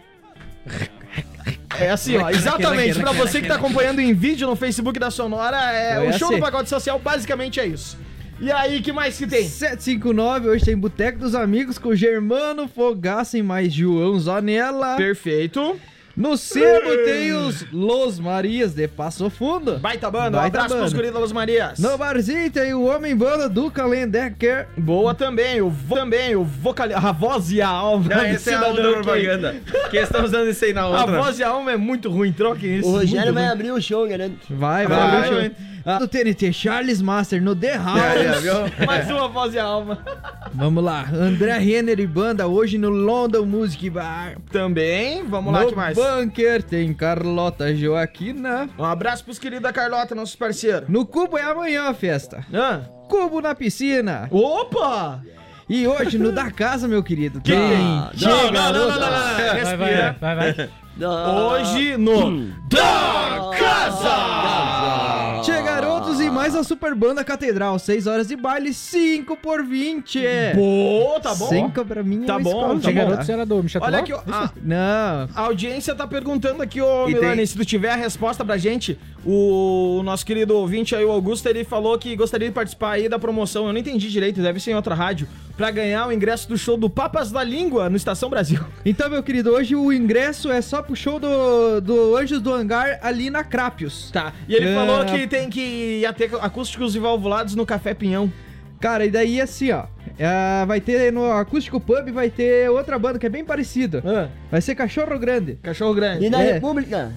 É assim, ó, exatamente, pra você que tá acompanhando em vídeo no Facebook da Sonora, é,
Foi
o show do
assim.
Pagode Social basicamente é isso. E aí, que mais que tem?
759, hoje tem Boteco dos Amigos com Germano Fogaça e mais João Zanella.
Perfeito.
No sebo tem os Los Marias de Passo Fundo.
Baita banda, um abraço pros guris da Los Marias.
No barzinho tem o Homem Banda do Calendecker.
Boa também, o vo- também, o vocal... a voz e a alma
Não, essa é a outra propaganda. Que estamos dando isso aí na
A
outra.
voz e a alma é muito ruim, troquem isso. é
O Rogério vai
Muito
abrir o show, né? garanto.
Vai, vai,
Vai,
vai.
vai.
Ah, do TNT Charles Master no The House.
é
ruim. Mais uma voz e a alma.
É.
Vamos lá, André Renner e banda hoje no London Music Bar.
Também, vamos lá,
no
que mais?
bunker tem Carlota Joaquina.
Um abraço pros queridos da Carlota, nossos parceiros.
No Cubo é amanhã a festa.
Hã?
Cubo na piscina.
Opa!
E hoje no da casa, meu querido,
Que
tem.
Ah,
tem? Não, não, não, não, não, não, não.
Vai, vai,
Respira.
vai, vai.
Hoje no Da Casa!
Tia Garotos e mais a Super Banda Catedral. 6 horas de baile, 5 por 20.
Boa, tá bom?
5 pra mim é
Tá
uma
bom,
escola.
tá
Tinha
bom.
garotos era do Michel
Olha aqui, ó, a,
Ah, Não.
a audiência tá perguntando aqui, ô
E
Milani,
tem-
se tu tiver a resposta pra gente, o, o nosso querido ouvinte aí, o Augusto, ele falou que gostaria de participar aí da promoção, eu não entendi direito, deve ser em outra rádio, pra ganhar o ingresso do show do Papas da Língua no Estação Brasil.
Então, meu querido, hoje o ingresso é só pro show do, do Anjos do Hangar ali na Crápios.
Tá, e
Ah.
ele
É,
falou que tem que ia ter acústicos e valvulados no Café Pinhão.
Cara, e daí assim, ó. é, vai ter no Acústico Pub, vai ter outra banda que é bem parecida.
Ah.
Vai ser Cachorro Grande.
Cachorro Grande.
E na
É.
República?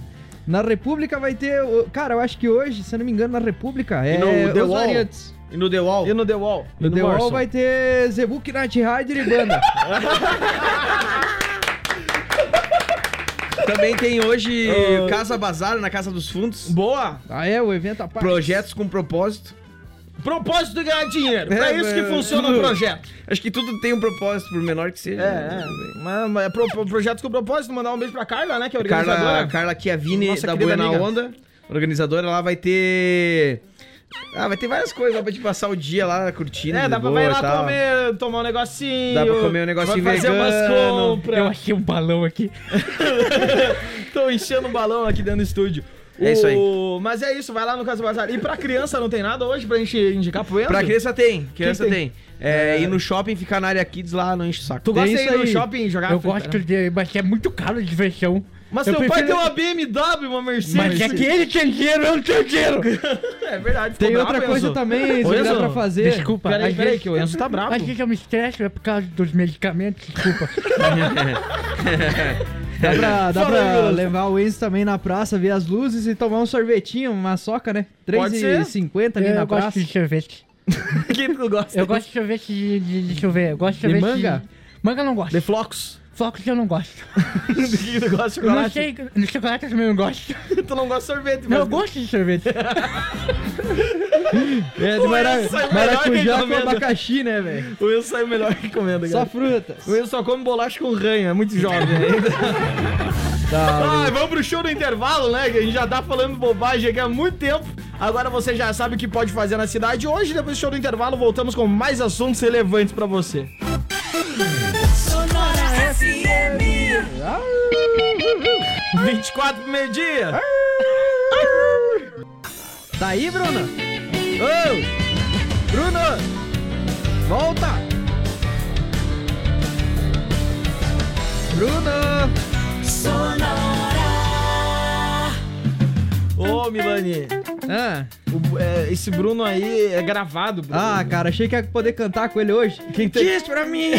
Na República vai ter. o- Cara, eu acho que hoje, se eu não me engano, na República é.
no The
os
Wall.
variantes.
E no The Wall.
E no The Wall.
No The Wall
Morrison.
vai ter Zebuk, Night Rider e banda.
Também tem hoje Casa Bazar na Casa dos Fundos.
Boa!
ah, é, o evento a parte.
Projetos com propósito.
Propósito de ganhar dinheiro. É,
É,
isso que
mas-
funciona o projeto.
Acho que tudo tem um propósito, por menor que seja.
É, é. Mas, mas é pro, pro- projeto com propósito, mandar um beijo pra Carla, né? Que é a
Carla,
organizadora.
Carla Chiavini
Nossa
da
querida
Buena
amiga.
Onda, organizadora, lá vai ter. Ah, vai ter várias coisas lá pra te passar o dia lá curtindo.
É,
de
dá pra
boa
vai
e
lá
tal.
comer, tomar um negocinho.
Dá pra comer um negocinho
vai fazer
vegano.
umas
Eu
compras.
achei um balão aqui.
Tô enchendo um balão aqui dentro do estúdio.
É isso aí.
O- Mas é isso, vai lá no Casa Bazar. E pra criança não tem nada hoje pra gente indicar pro Enzo?
Pra criança tem, criança
tem?
tem. É, Ir no shopping, ficar na área kids lá, não enche o saco.
Tu gosta
Tem
de
isso
ir no
aí.
shopping jogar
Eu
fita, né?
gosto de. Mas é muito caro a diversão.
Mas
eu
teu pai
prefiro-
tem uma BMW, uma Mercedes.
Mas é que ele tinha dinheiro, eu não tenho dinheiro.
É verdade, ficou
Tem
bravo,
outra coisa
Enzo.
também, se
Ô,
dá
Enzo,
pra fazer.
Desculpa,
Peraí,
às
peraí,
vezes-
que o Enzo tá bravo.
Às vezes eu me estresso, é por causa dos medicamentos, desculpa.
Dá pra, dá
Fala aí,
pra
Wilson.
levar o Enzo também na praça, ver as luzes e tomar um sorvetinho, uma soca, né?
Pode ser.
3,50 ali
É,
É, eu
na
gosto
praça.
de sorvete.
que tu gosta?
Eu gosto de sorvete de, de, de chover. Eu gosto de
De
sorvete
manga?
de- Manga eu não gosto.
De flocos.
Flocos eu não gosto.
Do que tu gosta de
Eu não
chocolate?
sei, no chocolate eu também não gosto.
Tu não gosta de sorvete,
Não, eu
mas...
gosto de sorvete.
É, de
O
mara-
Enzo
tá
é melhor que
maracujá com
encomenda.
abacaxi, né, velho?
O Enzo saiu melhor que comendo,
Só
cara.
frutas.
O Enzo só come bolacha com ranha, é muito jovem ainda. Ah, vamos pro show do intervalo, né? Que a gente já tá falando bobagem aqui há muito tempo. Agora você já sabe o que pode fazer na cidade. Hoje, depois do show do intervalo, voltamos com mais assuntos relevantes pra você.
Sonora FM.
24 pro meio-dia.
Tá aí, Bruno? Ô! Bruno! Volta! Bruno!
Sonora.
Ô, Milani,
Ah,
o- é, esse Bruno aí é gravado, Bruno.
ah, cara, achei que ia poder cantar com ele hoje.
Quem tem-
Diz pra mim!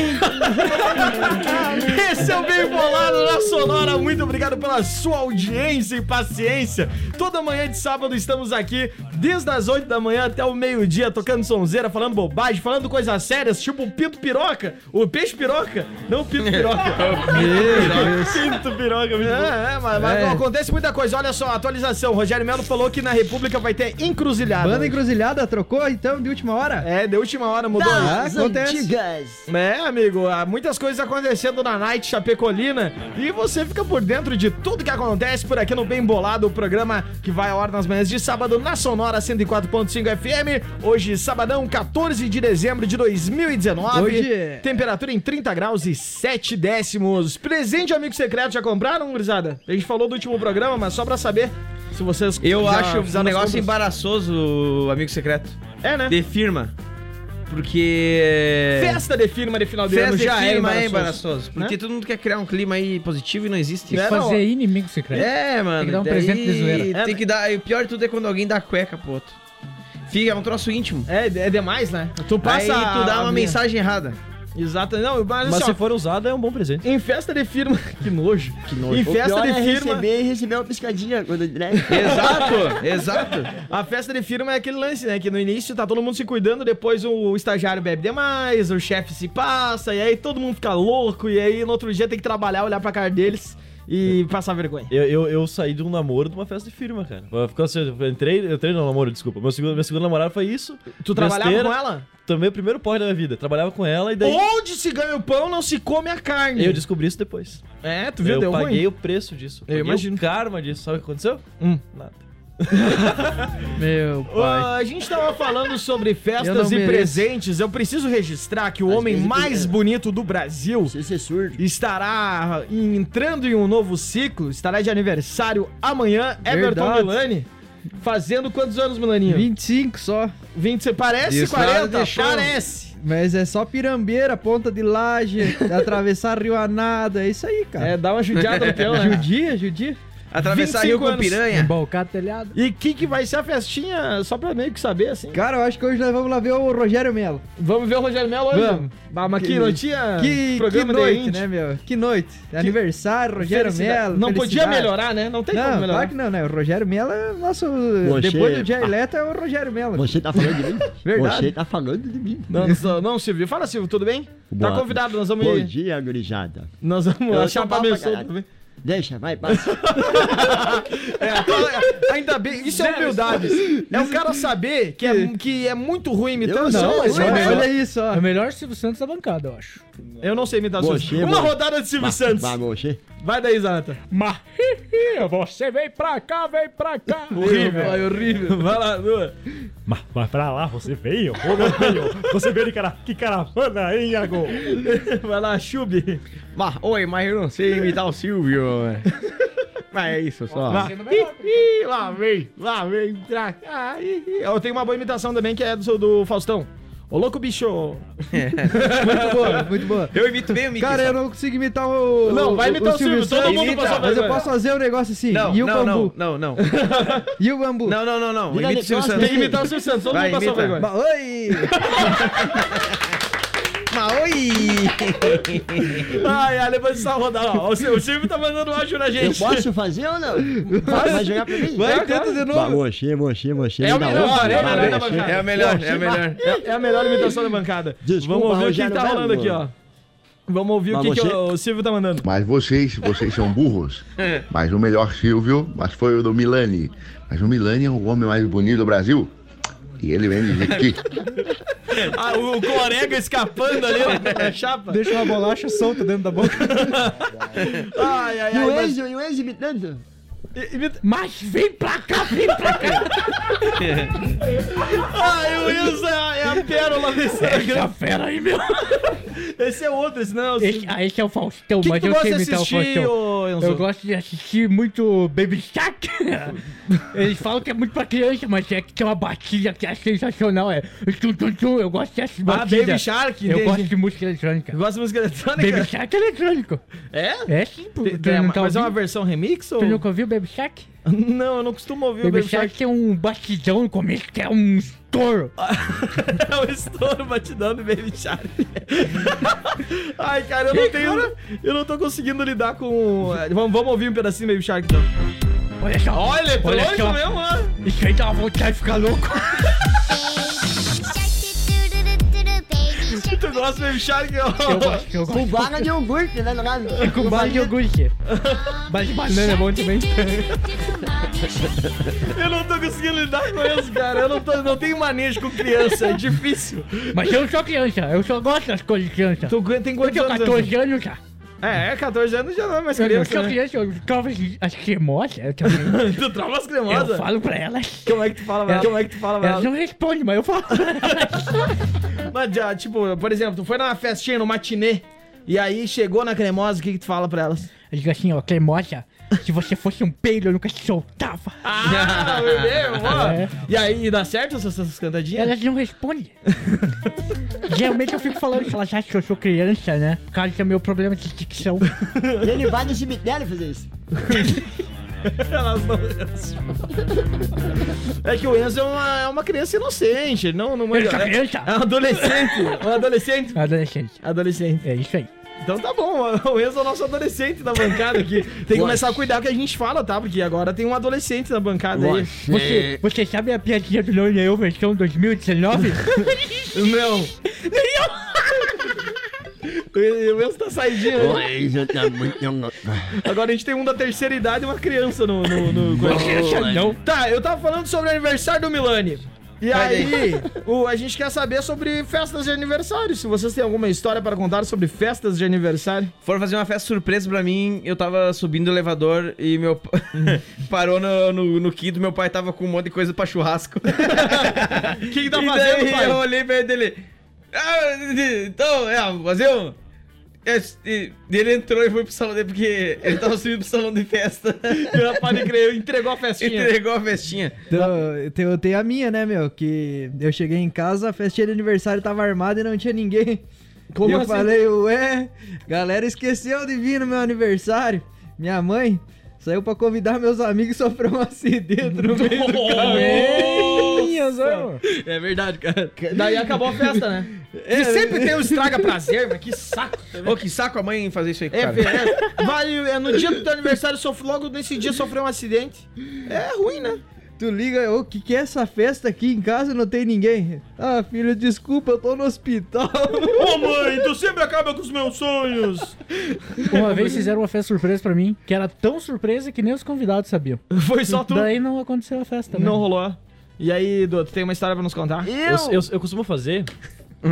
Esse é o Bem Bolado na Sonora. Muito obrigado pela sua audiência e paciência. Toda manhã de sábado estamos aqui, desde as 8 da manhã até o meio-dia, tocando sonzeira, falando bobagem, falando coisas sérias, tipo o Pinto Piroca, o Peixe Piroca, não o Pinto Piroca.
É.
Sinto piroca, me
É, é, mas, mas
É.
não, acontece muita coisa. Olha só, atualização. Rogério Melo falou que na República vai ter encruzilhada.
Banda Encruzilhada trocou então de última hora?
É, de última hora mudou.
Tá.
Ah,
As
acontece.
antigas.
É, amigo, há muitas coisas acontecendo na Night Chapecolina e você fica por dentro de tudo que acontece por aqui no Bem Bolado, o programa que vai a hora nas manhãs de sábado na Sonora 104.5 FM. Hoje, sabadão, 14 de dezembro de 2019.
Hoje é-
Temperatura em 30 graus e 7 décimos. Presente amigo secreto, já compraram, gurizada? A gente falou do último programa, mas só pra saber se vocês
Eu
já
acho
fizeram
um
as
negócio
compras.
embaraçoso, amigo secreto.
É, né?
De firma. Porque.
Festa de firma de final de
É. Festa
ano
de
já é
firma
embaraçoso.
é embaraçoso.
Né?
Porque todo mundo quer criar um clima aí positivo e não existe
Tem que fazer
inimigo secreto.
É, mano.
Tem que dar um
daí
presente de zoeira.
Tem que dar. E o pior de tudo é quando alguém dá cueca pro outro. Fica, é um troço íntimo.
É, é demais, né? Tu
Aí
passa
tu dá
a
uma
minha.
mensagem errada.
Exato, não, mas,
Mas
assim,
se
ó,
for usada, é um bom presente.
Em festa de firma. Que nojo. Que nojo. Em festa
é
de firma.
é receber, receber uma piscadinha quando
Exato, exato.
A festa de firma é aquele lance, né? Que no início tá todo mundo se cuidando, depois o estagiário bebe demais, o chefe se passa, e aí todo mundo fica louco, e aí no outro dia tem que trabalhar, olhar pra cara deles e passar vergonha.
Eu, eu, eu saí de um namoro de uma festa de firma, É. cara. Eu, ficou assim, eu entrei, eu entrei no namoro, desculpa. Meu segundo, meu segundo namorado foi isso.
Tu trabalhava com ela?
Também o primeiro porre da minha vida. Trabalhava com ela e daí.
Onde se ganha o pão, não se come a carne.
Eu descobri isso depois.
É, tu viu?
Eu
deu
paguei
ruim.
o preço disso.
Eu imagino.
o karma disso. Sabe o que aconteceu?
Hum.
Nada.
Meu
Ah, a gente tava falando sobre
Eu não
festas e
mereço.
presentes. Eu preciso registrar que o homem
vezes eu
mais
quero.
bonito do Brasil estará entrando em um novo ciclo, estará de aniversário amanhã, Everton
Verdade.
Milani. Fazendo quantos anos, Milaninho?
25 só.
20, você parece
Isso,
40,
nada deixou.
parece.
Mas é só pirambeira, ponta de laje, atravessar Rio Anada, é isso aí, cara.
É, dá uma judiada no teu, né?
Judia, judia.
Atravessar rio com piranha.
Embalcar telhado.
E o que, que vai ser a festinha? Só pra meio que saber, assim.
Cara, eu acho que hoje nós vamos lá ver o Rogério Melo.
Vamos ver o Rogério Melo hoje?
Vamos.
Bah, mas que, não tinha
que, que
programa de
noite,
indie.
né, meu? Que noite. Aniversário, Rogério
Felicidade.
Melo.
Não podia
felicidade.
melhorar, né? Não tem
não,
como melhorar.
Claro que não, né? O Rogério Melo é o nosso. Depois do Jair Leto é o Rogério Melo.
Você tá falando de mim?
Verdade.
Você tá falando de mim.
Não, só- não, Silvio. Fala, Silvio, tudo bem?
Boa.
Tá convidado, nós vamos
Bom
ir.
dia, gurizada.
Nós vamos
Eu
achar
sou
pra
mal pra
abençoar
caralho.
também.
Deixa, vai, passa.
É, tô- ainda bem, isso é humildade. É o cara saber que é, que é muito ruim imitando.
Eu
é
não, mas
eu,
olha-
eu,
olha
isso, ó.
É o melhor Silvio Santos da bancada, eu acho.
eu não sei imitar
Você,
Silvio. Uma
mano.
rodada de Silvio
Vai,
Santos.
Vai, você.
Vai daí, Zanata.
Mas você vem pra cá, vem pra cá.
Vai, horrível. Vai lá, Lua.
Mas, mas pra lá você veio? Ou não veio? Você veio de cara... que caravana, hein, Iago?
Vai lá, Chube.
Bah, oi, mas eu não sei imitar o Silvio. mas é isso só.
Lá. Ih, ih, lá vem, lá vem. pra cá, ih, ih. Eu tenho uma boa imitação também que é do, do Faustão. Ô, louco, bicho.
Muito boa, muito boa.
Eu imito bem o Mickey.
Cara,
só.
eu não consigo imitar o.
Não, vai imitar o Silvio, todo
Santos.
mundo
Imita.
passou
Mas eu
vergonha.
posso fazer um negócio assim.
Não,
e o
não,
bambu?
não, não, não.
E o bambu?
Não, não, não, não.
Liga
Imita o
de
Silvio
costas,
Santos.
Tem que imitar o Silvio Santos, todo
Vai,
mundo passou
imita.
vergonha.
Ba- Oi!
Maoi!
Ai, ai, levanta essa rodada. ó. O Sil- o Silvio tá mandando um áudio na
Eu
gente.
posso fazer ou não?
Faz.
Vai jogar pra mim?
Vai, tenta de
Vai,
novo.
Moxê, moxê, moxê.
É o
da
melhor,
outra,
é o
vai,
melhor da
moxê.
bancada.
É a melhor, é a melhor.
É, é a melhor imitação da bancada.
Desculpa,
Vamos ouvir o que que
Rogério
tá rolando
Melo.
aqui, ó. Vamos ouvir
Mas
o que, que
você-
o, o Silvio tá mandando.
Mas vocês, vocês são burros. Mas o melhor Silvio, mas foi o do Milani. Mas o Milani é o homem mais bonito do Brasil. E ele vem de aqui.
Ah, o, o Corega escapando ali na É chapa.
Deixa uma bolacha solta dentro da boca.
Ai, ai,
E o
ai.
Enzo, e o Enzo imitando?
Mas, imita-
Mas vem pra cá, vem pra cá.
ai, o Enzo é, a- é a pérola desse.
Essa fera aí, meu.
Esse é outro, esse não é o
Esse,
Silvio.
ah, esse é o Faustão,
Que que
mas
tu
eu
gosta
sei
de
imitar o
assistir, ô,
Faustão.
Enzo?
Eu gosto de assistir muito Baby Shark. Eles falam que é muito pra criança, mas é que tem uma batida que é sensacional, é. Tum, tum, tum, eu gosto dessas batidas.
Ah, Baby Shark, né?
Eu
entendi.
gosto de música eletrônica.
Gosta de música eletrônica?
Baby Shark é eletrônico.
É?
É sim, pô.
Tem-
Tu
tem-
não tá
mas é uma
ouvindo?
versão remix ou.
Tu nunca ouviu Baby Shark?
Não, eu não costumo ouvir
Baby
o Baby Shark.
Shark tem um batidão no começo que é um estouro.
É o estouro batidão do Baby Shark. Ai, cara, eu não tenho. Eu não tô conseguindo lidar com. é, Vamos, vamos ouvir um pedacinho do Baby Shark então.
Olha só.
Olha, eletrônico
só.
mesmo, mano.
Isso aí dá uma vontade de ficar louco.
Tu gosta do Baby Shark?
Eu gosto, eu gosto.
Com barra de iogurte, né? no caso?
E com base de iogurte. Base de banana é bom também.
Eu não tô conseguindo lidar com isso, cara. Eu não, tô, não tenho manejo com criança, é difícil.
Mas eu sou criança, eu só gosto das coisas de criança.
Tu aguenta- tem
eu
quantos
tenho
anos?
14 é anos já.
É, é, 14 anos já não é mais
Eu não
criança.
sou
Né?
criança, eu trovo as- as cremosas. Eu, também.
Tu trava as cremosas?
eu falo pra elas.
Como é que tu fala pra
Ela-
ela? Como é que tu fala pra
Elas
ela?
não respondem, mas eu falo.
Mas, já, tipo, por exemplo, tu foi numa festinha, no matinê, e aí chegou na cremosa, o que que tu fala pra elas?
Eu digo assim, ó, cremosa, Se você fosse um peido, eu nunca te soltava.
Ah, meu Deus, ó.
É.
E aí, dá certo essas, essas cantadinhas?
Elas não respondem. Geralmente eu fico falando que elas acham que eu sou criança, né? Por causa do meu problema de dicção.
Ele vai no cemitério fazer isso.
Elas não É que o Enzo é uma, é uma criança inocente, ele não, não
Ele é criança?
É um adolescente. um adolescente.
Adolescente.
Adolescente.
É isso aí.
Então tá bom, o Enzo é o nosso adolescente da bancada aqui. Tem que
Lógico.
começar a cuidar do que a gente fala, tá? Porque agora tem um adolescente na bancada aí.
Você, você sabe a piadinha do Leone Eu versão 2019?
Não. O Enzo tá saidinho. né?
O Enzo tá muito louco.
Agora a gente tem um da terceira idade e uma criança no. no, no-
Boa, Anjo.
Tá, eu tava falando sobre o aniversário do Milani. E
Olha
aí,
aí.
o- a gente quer saber sobre festas de aniversário. Se vocês têm alguma história pra contar sobre festas de aniversário.
Foram fazer uma festa surpresa pra mim, eu tava subindo o elevador e meu pa- parou no, no, no quinto, meu pai tava com um monte de coisa pra churrasco.
O que
E daí Eu olhei pra ele dele. "Ah, então, é, fazer um. Esse- e- e Ele entrou e foi pro salão dele porque ele tava subindo pro salão de festa.
Pode crer, entregou a festinha.
Entregou a festinha.
Então, eu tenho- eu tenho a minha, né, meu? Que eu cheguei em casa, a festinha de aniversário tava armada e não tinha ninguém.
Como
e eu
assim?
falei, ué, galera esqueceu de vir no meu aniversário. Minha mãe saiu pra convidar meus amigos e sofreu um acidente no meio do caminho.
É verdade, cara.
Daí acabou a festa, né?
É.
Que sempre tem um estraga prazer, mas que saco.
Ô, que saco a mãe fazer isso aí, com o
Tá É,
cara.
é, vale, é no dia do teu aniversário, sofre, logo nesse dia sofreu um acidente. É ruim, né?
Tu liga, ô, o que, que é essa festa aqui em casa? Não tem ninguém. Ah, filho, desculpa, eu tô no hospital.
Ô mãe, tu sempre acaba com os meus sonhos.
Uma vez fizeram uma festa surpresa pra mim, que era tão surpresa que nem os convidados sabiam.
Foi só tu?
Daí não aconteceu a festa, né?
Não rolou. E aí, Dudu, tu tem uma história pra nos contar?
Eu-
eu,
eu-
eu costumo fazer.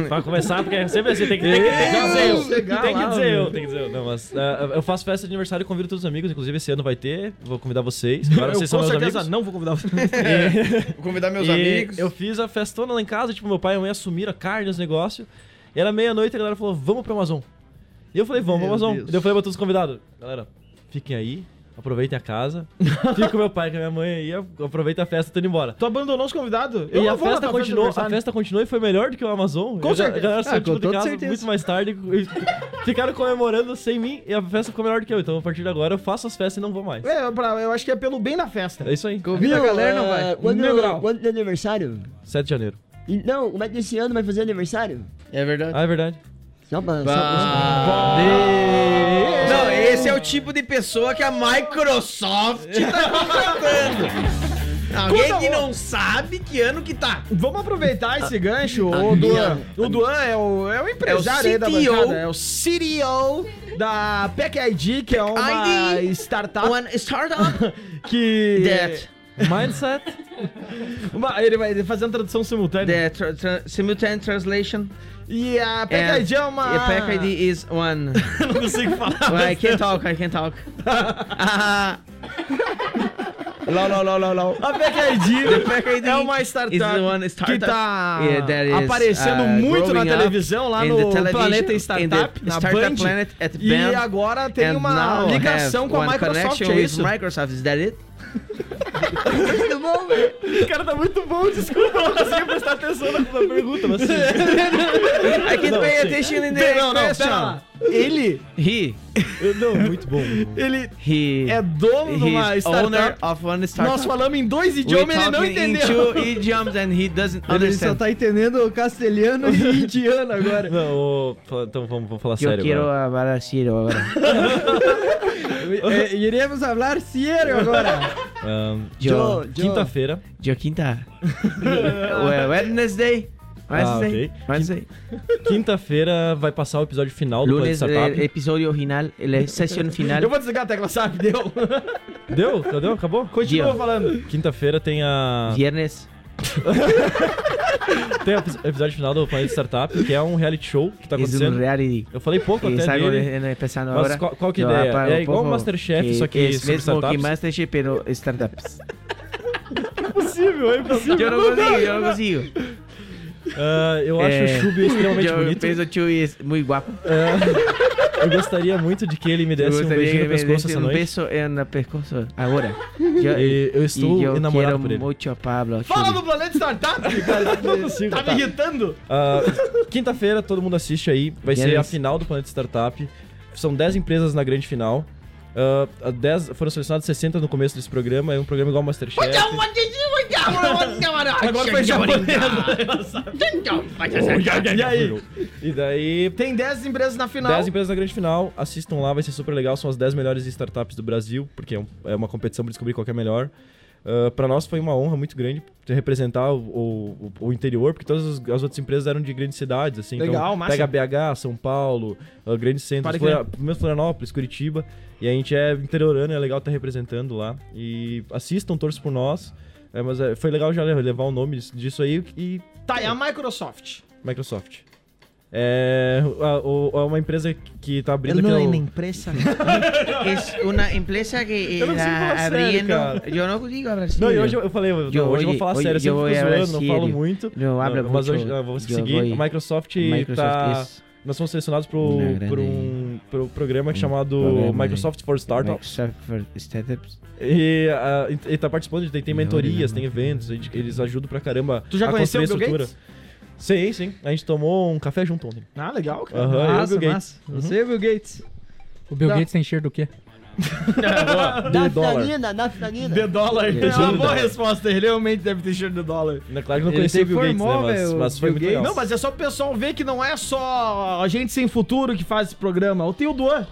Pra
começar, porque é
sempre assim, tem que- tem que- tem que dizer eu.
Chegar
Tem que
lá,
dizer eu,
meu.
tem que dizer eu.
Não,
mas,
ah,
eu faço festa de aniversário, convido todos os amigos, inclusive esse ano vai ter. Vou convidar vocês.
Eu
Agora vocês são
com
meus
certeza
amigos.
não vou convidar vocês.
E-
Vou convidar meus
e
amigos.
Eu fiz a festona lá em casa, tipo, meu pai e minha mãe assumiram a carne, os negócios. E era meia-noite e a galera falou, vamos pro Amazon. E eu falei, vamos pro
Meu
Amazon.
Deus.
Daí eu falei pra todos os convidados, galera, fiquem aí, aproveitem a casa. Fica com meu pai, com a minha mãe aí, aproveita a festa, tô indo embora.
Tu abandonou os convidados? Eu
e
não
a
vou na
festa,
tua festa de
continuou, a
aniversário.
festa continuou e foi melhor do que o Amazon.
Com
Eu já-
certeza.
A galera saiu
Ah, com
tipo, de
toda
casa
certeza.
muito mais tarde. e Ficaram comemorando sem mim e a festa ficou melhor do que eu. Então a partir de agora eu faço as festas e não vou mais.
É, eu pra- eu acho que é pelo bem da festa.
É isso aí.
Convida a galera, não vai. Mil grau.
Quando, quando teu aniversário?
7 de janeiro.
Então, como é que esse ano vai fazer aniversário?
É verdade.
Ah, é verdade.
Só pra...
Não, esse é o tipo de pessoa que a Microsoft tá contratando. Alguém que não sabe que ano que tá.
Vamos aproveitar
Ah,
esse gancho,
a
o Duan.
minha-
O Duan é o, é o empresário aí da
CTO.
bancada, é o CTO da PECID, que é uma
PECID,
startup
One startup.
que...
That.
Mindset.
Uma- ele vai fazendo tradução simultânea.
The tra- tra- simultaneous translation.
E a PECID é uma...
A pack ID is one.
Não consigo falar.
I can't talk, I can't talk. Ah. Low, low, low, low, low.
A PECID
The pack ID
é uma startup,
is one startup.
que tá
Yeah, that is,
aparecendo
uh,
muito na
growing up
televisão, lá
in
no
the television,
Planeta
in
Startup,
the
na
Startup
Band.
Planet at
e
Band.
agora tem
And
uma
now
ligação
have
com a
one
Microsoft,
connection
é
with
isso?
Microsoft, is that it?
O cara tá muito bom, desculpa, eu não consegui prestar atenção na, na pergunta, mas sim.
I can't
Não,
pay
sim.
attention in the
Não, não, não,
question.
pera lá. Ele,
He,
Não, muito bom.
ele
he,
é dono de
he
uma
is owner
startup.
of one startup.
Nós falamos em dois
We
idiomas e ele não
talking in
entendeu.
two idioms and he doesn't
Ele só
understand.
tá entendendo o castelhano e indiano agora.
Não, ô, fala- então vamos, vamos falar
Eu
sério
quero
agora.
falar sério agora.
É, iremos falar sério agora.
Ahn,
Joe, Joe.
Quinta-feira.
Dia quinta. Ué, Wednesday. Wednesday.
Ah, ok. Tipo,
Wednesday.
Quinta-feira vai passar o episódio final do Planeta
Lunes,
Startup.
eh, episódio final, eh, session final.
Eu vou desligar a tecla, sabe? Deu.
eh.
Deu? Já Deu? Acabou?
Continua
Dia.
falando.
Quinta-feira tem a.
Viernes.
Tem o epi- episódio final do Planeta Startup, que é um reality show que tá
Es un
acontecendo.
reality.
Eu falei pouco
Que
até
está
dele.
eh, empezando
Mas
ahora.
qual- qual que
Yo
ideia?
apago um
É
un
igual
poco,
Masterchef, só que
es
sobre
mesmo que
startups.
Masterchef, pero startups.
Impossível, é impossível.
Yo no consigo, yo no consigo.
Ah, eu acho
Eh, É.
o Chubi extremamente
yo
bonito.
é Penso que o Chubi é muito guapo.
Eu gostaria muito de que ele me desse um beijinho no pescoço essa noite.
é no pescoço agora.
Eu- E eu estou
e eu
enamorado
quero
por ele.
muito a Pablo.
Fala do Planeta Startup, cara. tá me irritando?
Ah, Quinta-feira todo mundo assiste aí. Vai
Quem
ser
é
a
esse?
final do Planeta Startup. São 10 empresas na grande final. Ah, a 10 foram selecionadas 60 no começo desse programa. É um programa igual Masterchef.
Agora foi japonês.
e aí? E daí.
Tem 10 empresas na final.
10 empresas na grande final, assistam lá, vai ser super legal. São as 10 melhores startups do Brasil, porque é, um- é uma competição para descobrir qual que é a melhor. Ah, pra nós foi uma honra muito grande ter representar o, o- o interior, porque todas as, as outras empresas eram de grandes cidades, assim.
Legal,
então,
massa.
Pega BH, São Paulo, ah, grandes centros,
Pode
Flora,
crer.
mesmo Florianópolis, Curitiba. E a gente é interiorano, é legal estar representando lá. E assistam, torçam por nós. É, mas é, foi legal já levar o nome disso aí e
Tá, e a Microsoft?
Microsoft. É a- o- a- uma empresa que tá abrindo
Ele não
que
é nem
empresa.
Es una É empresa que
Eu não consigo falar
está
sério,
abriendo.
cara.
yo no digo
Não,
hablar
e
serio.
hoje eu eu falei, não,
Yo,
hoje eu
oye,
vou falar
oye,
sério, eu
yo
sempre
voy a
fico
hablar
zoando, não falo
serio.
muito.
No, hablo
mas
mucho.
hoje ah, vamos
Yo
seguir.
voy-
A Microsoft,
Microsoft
tá.
es-
Nós fomos selecionados pro,
Una grande-
pro, um, pro programa chamado
programa de-
Microsoft for Startups.
Microsoft for Startups.
E, ah, e, e tá participando, de- tem, tem mentorias, tem eventos, a gente- eles ajudam pra caramba
Tu já
a
conheceu
construir a
o Bill
estrutura. Sim, sim. A gente tomou um café junto ontem.
Ah, legal, cara.
Aham, eu e o
massa,
Bill Gates.
massa.
Uhum.
Você e o Bill Gates.
O Bill
Não.
Gates tem cheiro do quê?
Naftalina, naftalina.
De dólar.
Yeah.
É uma
De
boa
dólar.
resposta. Ele realmente deve ter cheiro de dólar.
Na claro que eu não
Ele
conheci o
se
Bill Gates, né?
formou,
Mas,
velho,
mas foi
Bill
muito
Gates.
legal.
Não, mas é só o pessoal ver que não é só a gente sem futuro que faz esse programa. Ou tem o Duan.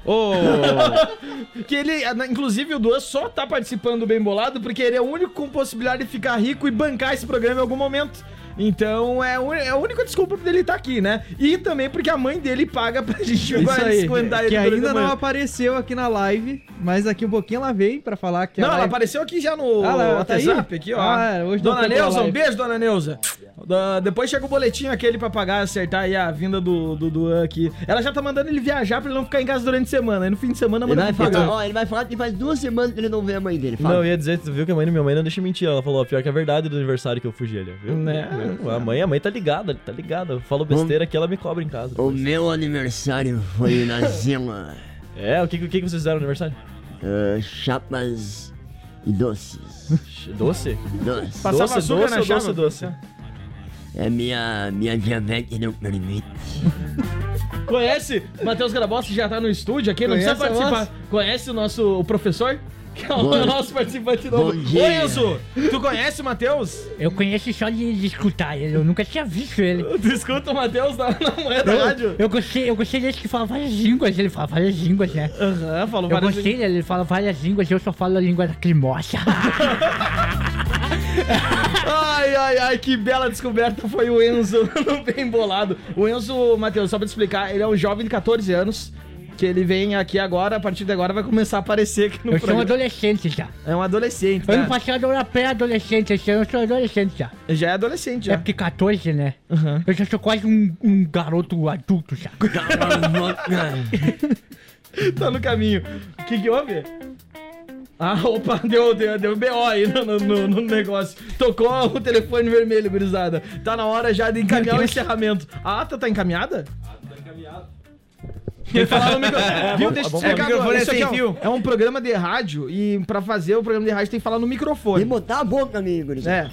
que ele, inclusive, o Duan só tá participando do Bem Bolado porque ele é o único com possibilidade de ficar rico e bancar esse programa em algum momento. Então é, o- é a única desculpa dele estar aqui, né? E também porque a mãe dele paga pra gente
Isso aí,
esquentar
que
durante
ainda
a
não
manhã.
apareceu aqui na live, mas aqui um pouquinho ela é veio pra falar que a
Não, ela
live-
apareceu aqui já no
Ah, ela tá
WhatsApp,
aí?
aqui, ó.
Ah, hoje não
dona
foi pra
Neuza, um
live.
beijo, dona Neuza. Da- depois chega o boletim aquele pra pagar, acertar aí a vinda do do Duan aqui. Ela já tá mandando ele viajar pra ele não ficar em casa durante a semana. Aí no fim de semana
Ele
manda
vai,
pro
então,
pagar.
falar, ó, ele vai falar que faz duas semanas que ele não vê a mãe dele. Fala.
Não, eu ia dizer, tu viu que a mãe da minha mãe não deixa eu mentir. Ela falou, ó, pior que é verdade do aniversário que eu fugi ali, viu?
Né?
Viu? A mãe, a mãe tá ligada, tá ligada. Eu falo besteira que ela me cobra em casa.
O meu aniversário foi na Zema. eh,
É, o que, o que vocês fizeram no aniversário?
chapas e doces.
Doce?
Doce.
Passava
doce,
açúcar
doce
na
ou
chapa.
doce, doce? É minha, minha diabetes não permite.
Conhece Matheus Grabossi já tá no estúdio aqui, não precisa
Conhece a
participar. Conhece o nosso o professor? Que é o
Bom-
nosso participante novo.
Bom dia.
Oi, Enzo! Tu conhece o Matheus?
Eu conheço só de, de escutar ele, eu nunca tinha visto ele.
Tu escuta o Matheus na, na manhã da
Eu-
rádio?
Eu gostei, eu gostei desse que fala várias línguas, ele fala várias línguas, né?
Aham, falou
Eu
várias
gostei dele, ele fala várias línguas, eu só falo a língua da crimosa.
Ai, ai, ai, que bela descoberta foi o Enzo no Bem Bolado. O Enzo, Matheus, só pra te explicar, ele é um jovem de 14 anos, que ele vem aqui agora, a partir de agora vai começar a aparecer aqui
Eu
no
sou um
programa.
adolescente já.
É um adolescente,
Ano
né?
passado eu era pré-adolescente, esse ano eu sou adolescente já.
Já é adolescente,
já. É porque 14, né? Eu já sou quase um, um garoto adulto já.
tá no caminho. O que que houve? Ah, opa, deu, deu, deu BO aí no, no- no- no negócio. Tocou o telefone vermelho, gurizada. Tá na hora já de encaminhar o encerramento. A ata tá encaminhada? Tem que falar no micro-
Ah, É,
Viu?
bom-
Deixa eu te
bom-
explicar
o microfone
agora.
é
Isso aqui
sem
é um-
fio.
É um programa de rádio e pra fazer o programa de rádio tem que falar no microfone. E
botar a boca, amigo.
É.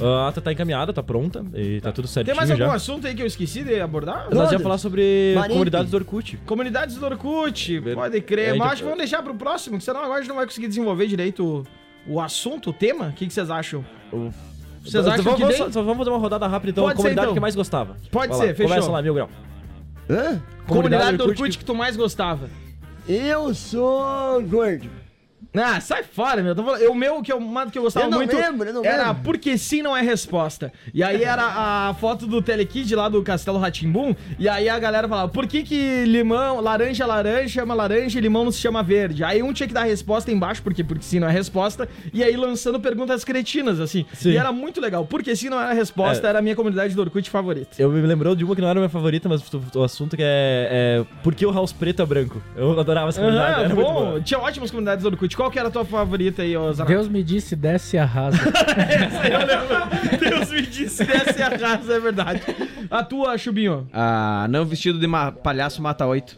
A ata tá encaminhada, tá pronta e tá tudo certinho
Tem mais
já.
algum assunto aí que eu esqueci de abordar?
Nós ia falar sobre
Parente.
comunidades do Orkut.
Comunidades do Orkut, pode
É,
crer. Mas
então-
acho que vamos deixar pro próximo, que senão agora a gente não vai conseguir desenvolver direito o, o assunto, o tema. O que, que vocês acham? Vocês acham
vamos,
que
vamos,
tem?
só- só vamos fazer uma rodada rápida então.
Pode
a
ser,
comunidade
então.
que mais gostava.
Pode
Vai
ser,
lá,
fechou.
Começa lá, mil grau.
Hã?
Comunidade do Orkut que tu mais gostava.
Eu sou gordo.
Ah, sai fora, meu. Tô falando- Eu, o meu, que eu, uma que eu gostava
Eu não
muito.
lembro, eu não
era
lembro.
porque sim não é resposta. E aí era a foto do Telekid lá do Castelo Ratimbum. E aí a galera falava: por que, que limão, laranja, é laranja, chama laranja e limão não se chama verde? Aí um tinha que dar a resposta embaixo, porque porque sim não é resposta. E aí lançando perguntas cretinas, assim.
Sim.
E era muito legal. Porque sim não era resposta,
É.
era a minha comunidade do Orkut favorita.
Eu me lembrou de uma que não era minha favorita, mas o- o assunto que é, é Por que o House Preto é branco? Eu adorava essa comunidade.
Aham,
era muito boa.
bom. Tinha ótimas comunidades do Orkut. Qual que era a tua favorita aí, ô Zanato?
Deus me disse, desce e arrasa.
Deus me disse, essa é a casa, é verdade. A tua, Chubinho.
Ah, não vestido de ma- palhaço mata oito.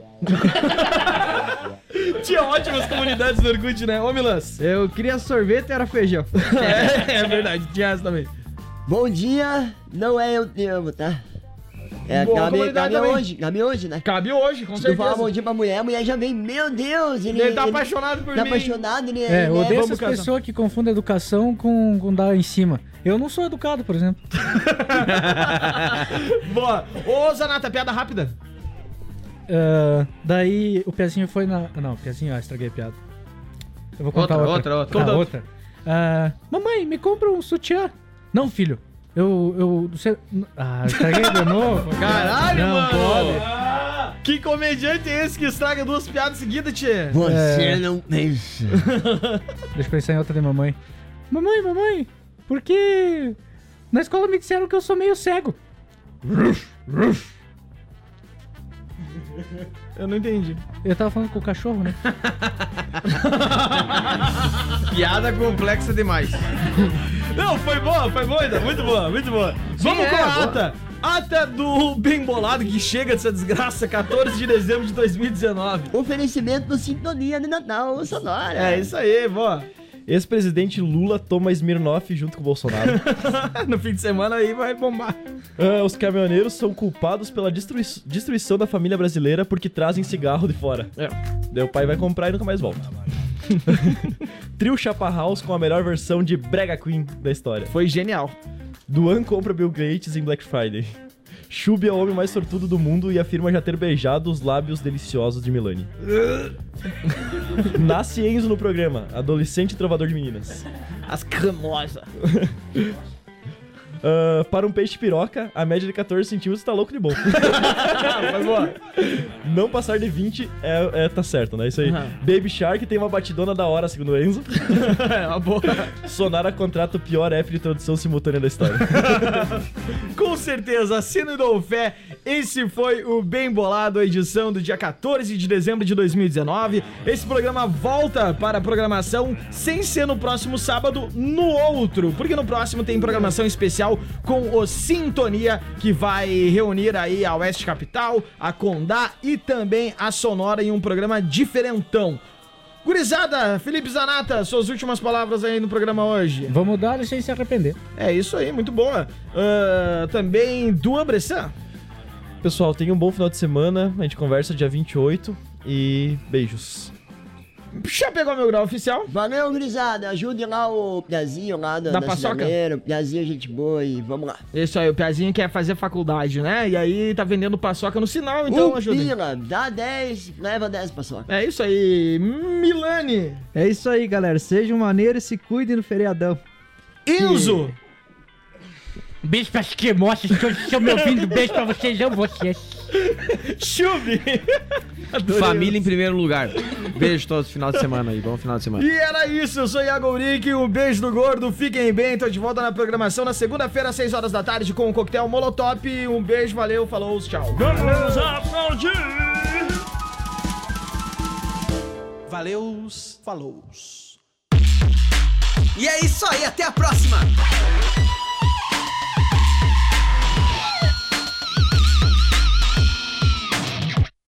Tinha ótimas comunidades do Orkut, né? Ô, Milans.
Eu queria sorvete e era feijão.
é, é verdade, tinha essa também.
Bom dia, não é eu te amo, tá? É,
Boa
cabe,
comunidade
cabe
também.
hoje, cabe hoje, né?
Cabe hoje, com
Se tu
certeza.
falar bom dia pra mulher, a mulher já vem, meu Deus, ele...
Ele tá apaixonado por
tá
mim.
apaixonado, ele um
É, eu
ele
odeio essas pessoas que confundem educação com, com dar em cima. Eu não sou educado, por exemplo.
Boa. Ô, Zanata, piada rápida.
Ah, daí o Piazinho foi na. Não, o Piazinho, ah, estraguei a piada. Eu vou contar outra.
Outra, outra, outra.
Tá,
Toda-
outra. Ah, mamãe, me compra um sutiã. Não, filho. Eu. Eu. Você... Ah, estraguei de novo.
Caralho,
não,
mano.
Pode.
Ah, Que comediante é esse que estraga duas piadas seguidas, tchê?
Você É.
não pensa.
Deixa eu pensar em outra de mamãe. Mamãe, mamãe, porque na escola me disseram que eu sou meio cego.
Eu não entendi.
Eu tava falando com o cachorro, né?
Piada complexa demais.
Não, foi boa, foi boa ainda. Muito boa, muito boa. Vamos
é,
com a
boa.
ata. Ata do Bem Bolado que chega dessa desgraça, 14 de dezembro de 2019.
Oferecimento do Sintonia de Natal Sonora.
É isso aí, boa.
Ex-presidente Lula toma Smirnoff junto com o Bolsonaro.
Ah, no fim de semana aí vai bombar.
Ah, os caminhoneiros são culpados pela destrui- destruição da família brasileira porque trazem cigarro de fora. É. Daí o pai vai comprar e nunca mais volta. Trio Chapa House com a melhor versão de Brega Queen da história.
Foi genial.
Duan compra Bill Gates em Black Friday. Chubi é o homem mais sortudo do mundo e afirma já ter beijado os lábios deliciosos de Milani. Nasce Enzo no programa, adolescente trovador de meninas.
As cremosas.
Ah, para um peixe piroca, a média de 14 centímetros tá louco de bom. Não passar de 20 é, é- tá certo, né? Isso aí.
Aham.
Baby Shark tem uma batidona da hora, segundo o Enzo.
É uma boa.
Sonara contrata o pior app de tradução simultânea da história.
Com certeza, assino e dou fé. Esse foi o Bem Bolado, a edição do dia 14 de dezembro de 2019. Esse programa volta para a programação sem ser no próximo sábado, no outro, porque no próximo tem programação especial com o Sintonia, que vai reunir aí a Oeste Capital, a Condá e também a Sonora em um programa diferentão. Gurizada, Felipe Zanata, suas últimas palavras aí no programa hoje.
Vamos dar sem se arrepender.
É isso aí, muito boa. Ah, também Duan Bressan.
Pessoal, tenham um bom final de semana. A gente conversa dia 28 e beijos.
Já pegou meu grau oficial?
Valeu, gurizada. Ajudem lá o Piazinho lá da,
Da
da
paçoca?
Cidadeleira. O Piazinho, gente boa e vamos lá.
Isso aí, o Piazinho quer fazer faculdade, né? E aí tá vendendo paçoca no sinal, então
um
ajuda.
pila, dá 10, leva 10 paçoca.
É isso aí, Milani.
É isso aí, galera. Sejam maneiros e se cuidem no feriadão.
Enzo!
Beijo pras queimosas que hoje estão me ouvindo. Beijo pra vocês, amo vocês.
Chuve!
Família em primeiro lugar. Beijo todos, final de semana aí. Bom final de semana.
E era isso, eu sou Iago Uric, um beijo do gordo, fiquem bem, tô de volta na programação na segunda-feira, às 6 horas da tarde, com o coquetel Molotop. Um beijo, valeu, falou, tchau.
Vamos aplaudir!
Valeus, falou. E é isso aí, até a próxima!